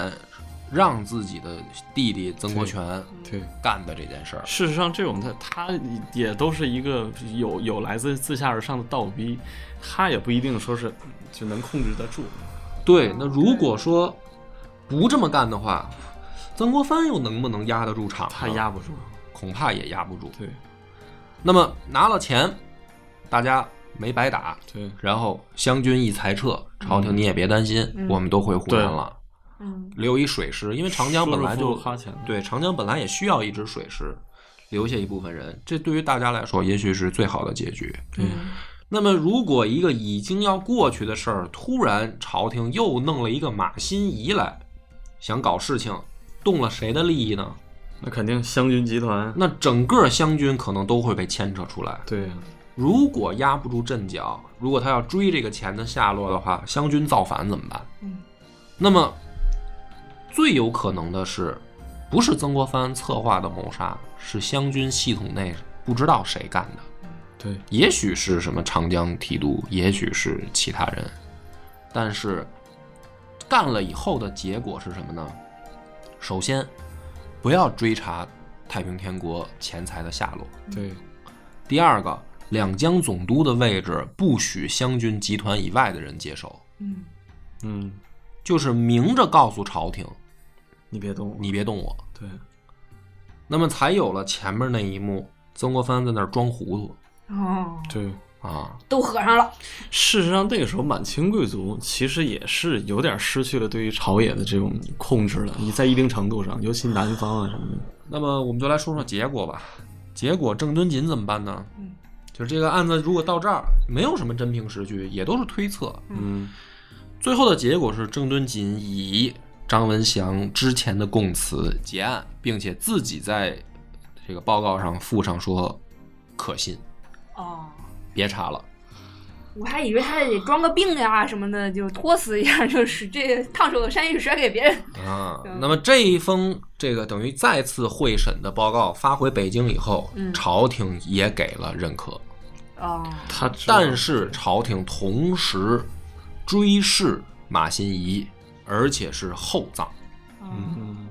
Speaker 1: 让自己的弟弟曾国荃
Speaker 3: 对。
Speaker 1: 干的这件事儿？
Speaker 3: 事实上，这种他他也都是一个有有来自自下而上的倒逼，他也不一定说是就能控制得住。
Speaker 1: 对，那如果说不这么干的话，曾国藩又能不能压得住场呢？
Speaker 3: 他压不住。
Speaker 1: 恐怕也压不住。
Speaker 3: 对
Speaker 1: 那么拿了钱，大家没白打，
Speaker 3: 对
Speaker 1: 然后湘军一裁撤，朝廷你也别担心，
Speaker 2: 嗯
Speaker 1: 我们都回湖南
Speaker 3: 对
Speaker 1: 了，
Speaker 2: 嗯，
Speaker 1: 留一水师，因为长江本来
Speaker 3: 舒舒
Speaker 1: 就
Speaker 3: 服服花钱
Speaker 1: 对长江本来也需要一支水师，留下一部分人，这对于大家来说也许是最好的结局。
Speaker 2: 嗯，
Speaker 1: 那么，如果一个已经要过去的事儿，突然朝廷又弄了一个马新贻来，想搞事情，动了谁的利益呢？
Speaker 3: 那肯定湘军集团。
Speaker 1: 那整个湘军可能都会被牵扯出来。
Speaker 3: 对呀、
Speaker 1: 如果压不住阵脚，如果他要追这个钱的下落的话，湘军造反怎么办？
Speaker 2: 嗯，
Speaker 1: 那么最有可能的是，不是曾国藩策划的谋杀，是湘军系统内不知道谁干的。
Speaker 3: 对，
Speaker 1: 也许是什么长江提督，也许是其他人，但是干了以后的结果是什么呢？首先，不要追查太平天国钱财的下落；
Speaker 3: 对，
Speaker 1: 第二个，两江总督的位置不许湘军集团以外的人接手，
Speaker 2: 嗯，
Speaker 3: 嗯，
Speaker 1: 就是明着告诉朝廷，
Speaker 3: 你别动我。
Speaker 1: 你别动我。
Speaker 3: 对，
Speaker 1: 那么才有了前面那一幕，曾国藩在那儿装糊涂
Speaker 2: 哦，
Speaker 3: 对，
Speaker 1: 啊，
Speaker 2: 都合上了。
Speaker 3: 事实上那个时候满清贵族其实也是有点失去了对于朝野的这种控制了，你在一定程度上，尤其南方啊什么的。
Speaker 1: 那么我们就来说说结果吧。结果郑敦锦怎么办呢？
Speaker 2: 嗯，
Speaker 1: 就是这个案子如果到这儿没有什么真凭实据，也都是推测。
Speaker 3: 嗯，
Speaker 1: 最后的结果是郑敦锦以张文祥之前的供词结案，并且自己在这个报告上附上说可信，
Speaker 2: 哦，
Speaker 1: 别查了。
Speaker 2: 我还以为他得装个病呀什么的，就拖死一下， 就是这烫手山芋甩给别人。
Speaker 1: 啊
Speaker 2: 嗯，
Speaker 1: 那么这一封这个等于再次会审的报告发回北京以后，
Speaker 2: 嗯
Speaker 1: 朝廷也给了认可。
Speaker 2: 哦，
Speaker 3: 他知道
Speaker 1: 但是朝廷同时追谥马新贻，而且是厚葬。
Speaker 2: 嗯
Speaker 3: 嗯，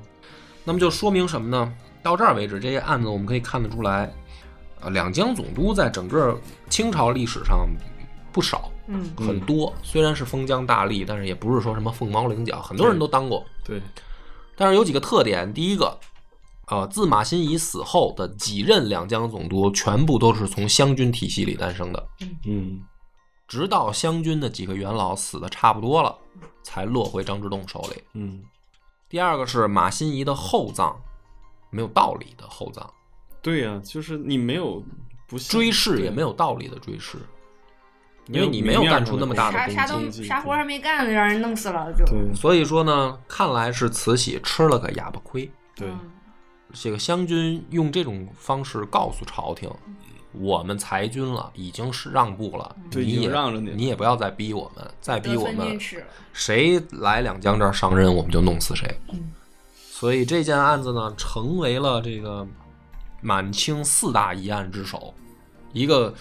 Speaker 1: 那么就说明什么呢？到这儿为止，这些案子我们可以看得出来，呃，两江总督在整个清朝历史上不少，
Speaker 2: 嗯
Speaker 1: 很多。虽然是封疆大吏，但是也不是说什么凤毛麟角，很多人都当过。
Speaker 3: 对，
Speaker 1: 但是有几个特点，第一个。呃，自马新贻死后的几任两江总督，全部都是从湘军体系里诞生的。
Speaker 3: 嗯，
Speaker 1: 直到湘军的几个元老死的差不多了，才落回张之洞手里。
Speaker 3: 嗯，
Speaker 1: 第二个是马新贻的厚葬，没有道理的厚葬，
Speaker 3: 对呀、就是你没有不像
Speaker 1: 追谥也没有道理的追谥，因为你
Speaker 3: 没
Speaker 1: 没
Speaker 3: 有
Speaker 1: 有
Speaker 3: 明面
Speaker 1: 干出
Speaker 3: 上
Speaker 1: 那
Speaker 3: 的
Speaker 1: 么大
Speaker 2: 啥
Speaker 1: 的
Speaker 2: 啥
Speaker 1: 攻
Speaker 2: 都
Speaker 1: 击。
Speaker 3: 击
Speaker 2: 啥活还没干，让人弄死了就。
Speaker 3: 对
Speaker 1: 所以说呢，看来是慈禧吃了个哑巴亏。
Speaker 3: 对
Speaker 2: 嗯
Speaker 1: 这个湘军用这种方式告诉朝廷，我们裁军了，已经是让步了，
Speaker 3: 对已
Speaker 1: 你
Speaker 3: 经
Speaker 1: 也
Speaker 3: 让着你了
Speaker 1: 你也不要再逼我们，再逼
Speaker 2: 得
Speaker 1: 我
Speaker 2: 寸
Speaker 1: 们
Speaker 2: 进，尺了。
Speaker 1: 谁来两江这儿上任，我们就弄死谁。所以这件案子呢，成为了这个满清四大疑案之首，一个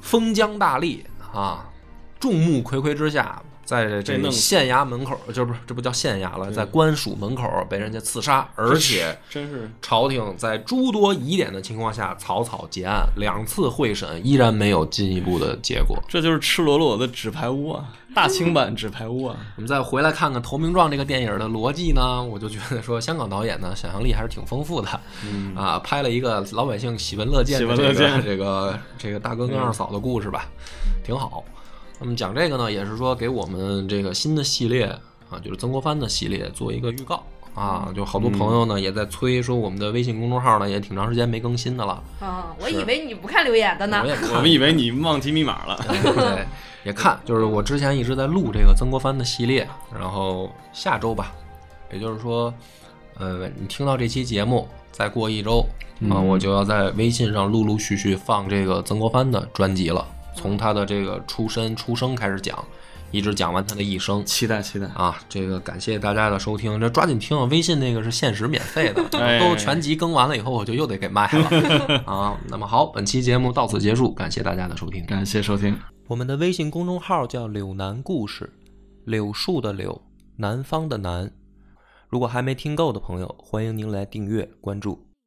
Speaker 1: 封疆大吏啊，众目睽睽之下，在这
Speaker 3: 被
Speaker 1: 个
Speaker 3: 弄死
Speaker 1: 县衙门口，这不是这不叫县衙了，在官署门口被人家刺杀，而且
Speaker 3: 真是
Speaker 1: 朝廷在诸多疑点的情况下草草结案，两次会审依然没有进一步的结果。
Speaker 3: 这就是赤裸裸的纸牌屋啊，大清版纸牌屋啊。
Speaker 1: 我们再回来看看《投名状》这个电影的逻辑呢，我就觉得说香港导演呢想象力还是挺丰富的，
Speaker 3: 嗯
Speaker 1: 啊，拍了一个老百姓喜闻乐见的
Speaker 3: 喜闻
Speaker 1: 这个
Speaker 3: 乐见
Speaker 1: 这个这个大哥跟二嫂的故事吧，挺好。那么讲这个呢，也是说给我们这个新的系列啊，就是曾国藩的系列做一个预告啊，就好多朋友呢也在催说我们的微信公众号呢也挺长时间没更新的了，
Speaker 2: 啊，我以为你不看留言的呢
Speaker 1: 我。也看
Speaker 3: 我们以为你忘记密码了，
Speaker 1: 对，也看，就是我之前一直在录这个曾国藩的系列，然后下周吧，也就是说，呃，你听到这期节目，再过一周啊，我就要在微信上陆陆续续放这个曾国藩的专辑了，从他的这个出身出生开始讲，一直讲完他的一生。
Speaker 3: 期待期待。
Speaker 1: 啊，这个感谢大家的收听，这抓紧听啊！微信那个是限时免费的，
Speaker 3: 哎
Speaker 1: 都全集更完了以后，我就又得给卖了 啊。那么好，本期节目到此结束，感谢大家的收听。
Speaker 3: 感谢收听。
Speaker 1: 我们的微信公众号叫“柳南故事”，柳树的柳，南方的南。如果还没听够的朋友，欢迎您来订阅关注。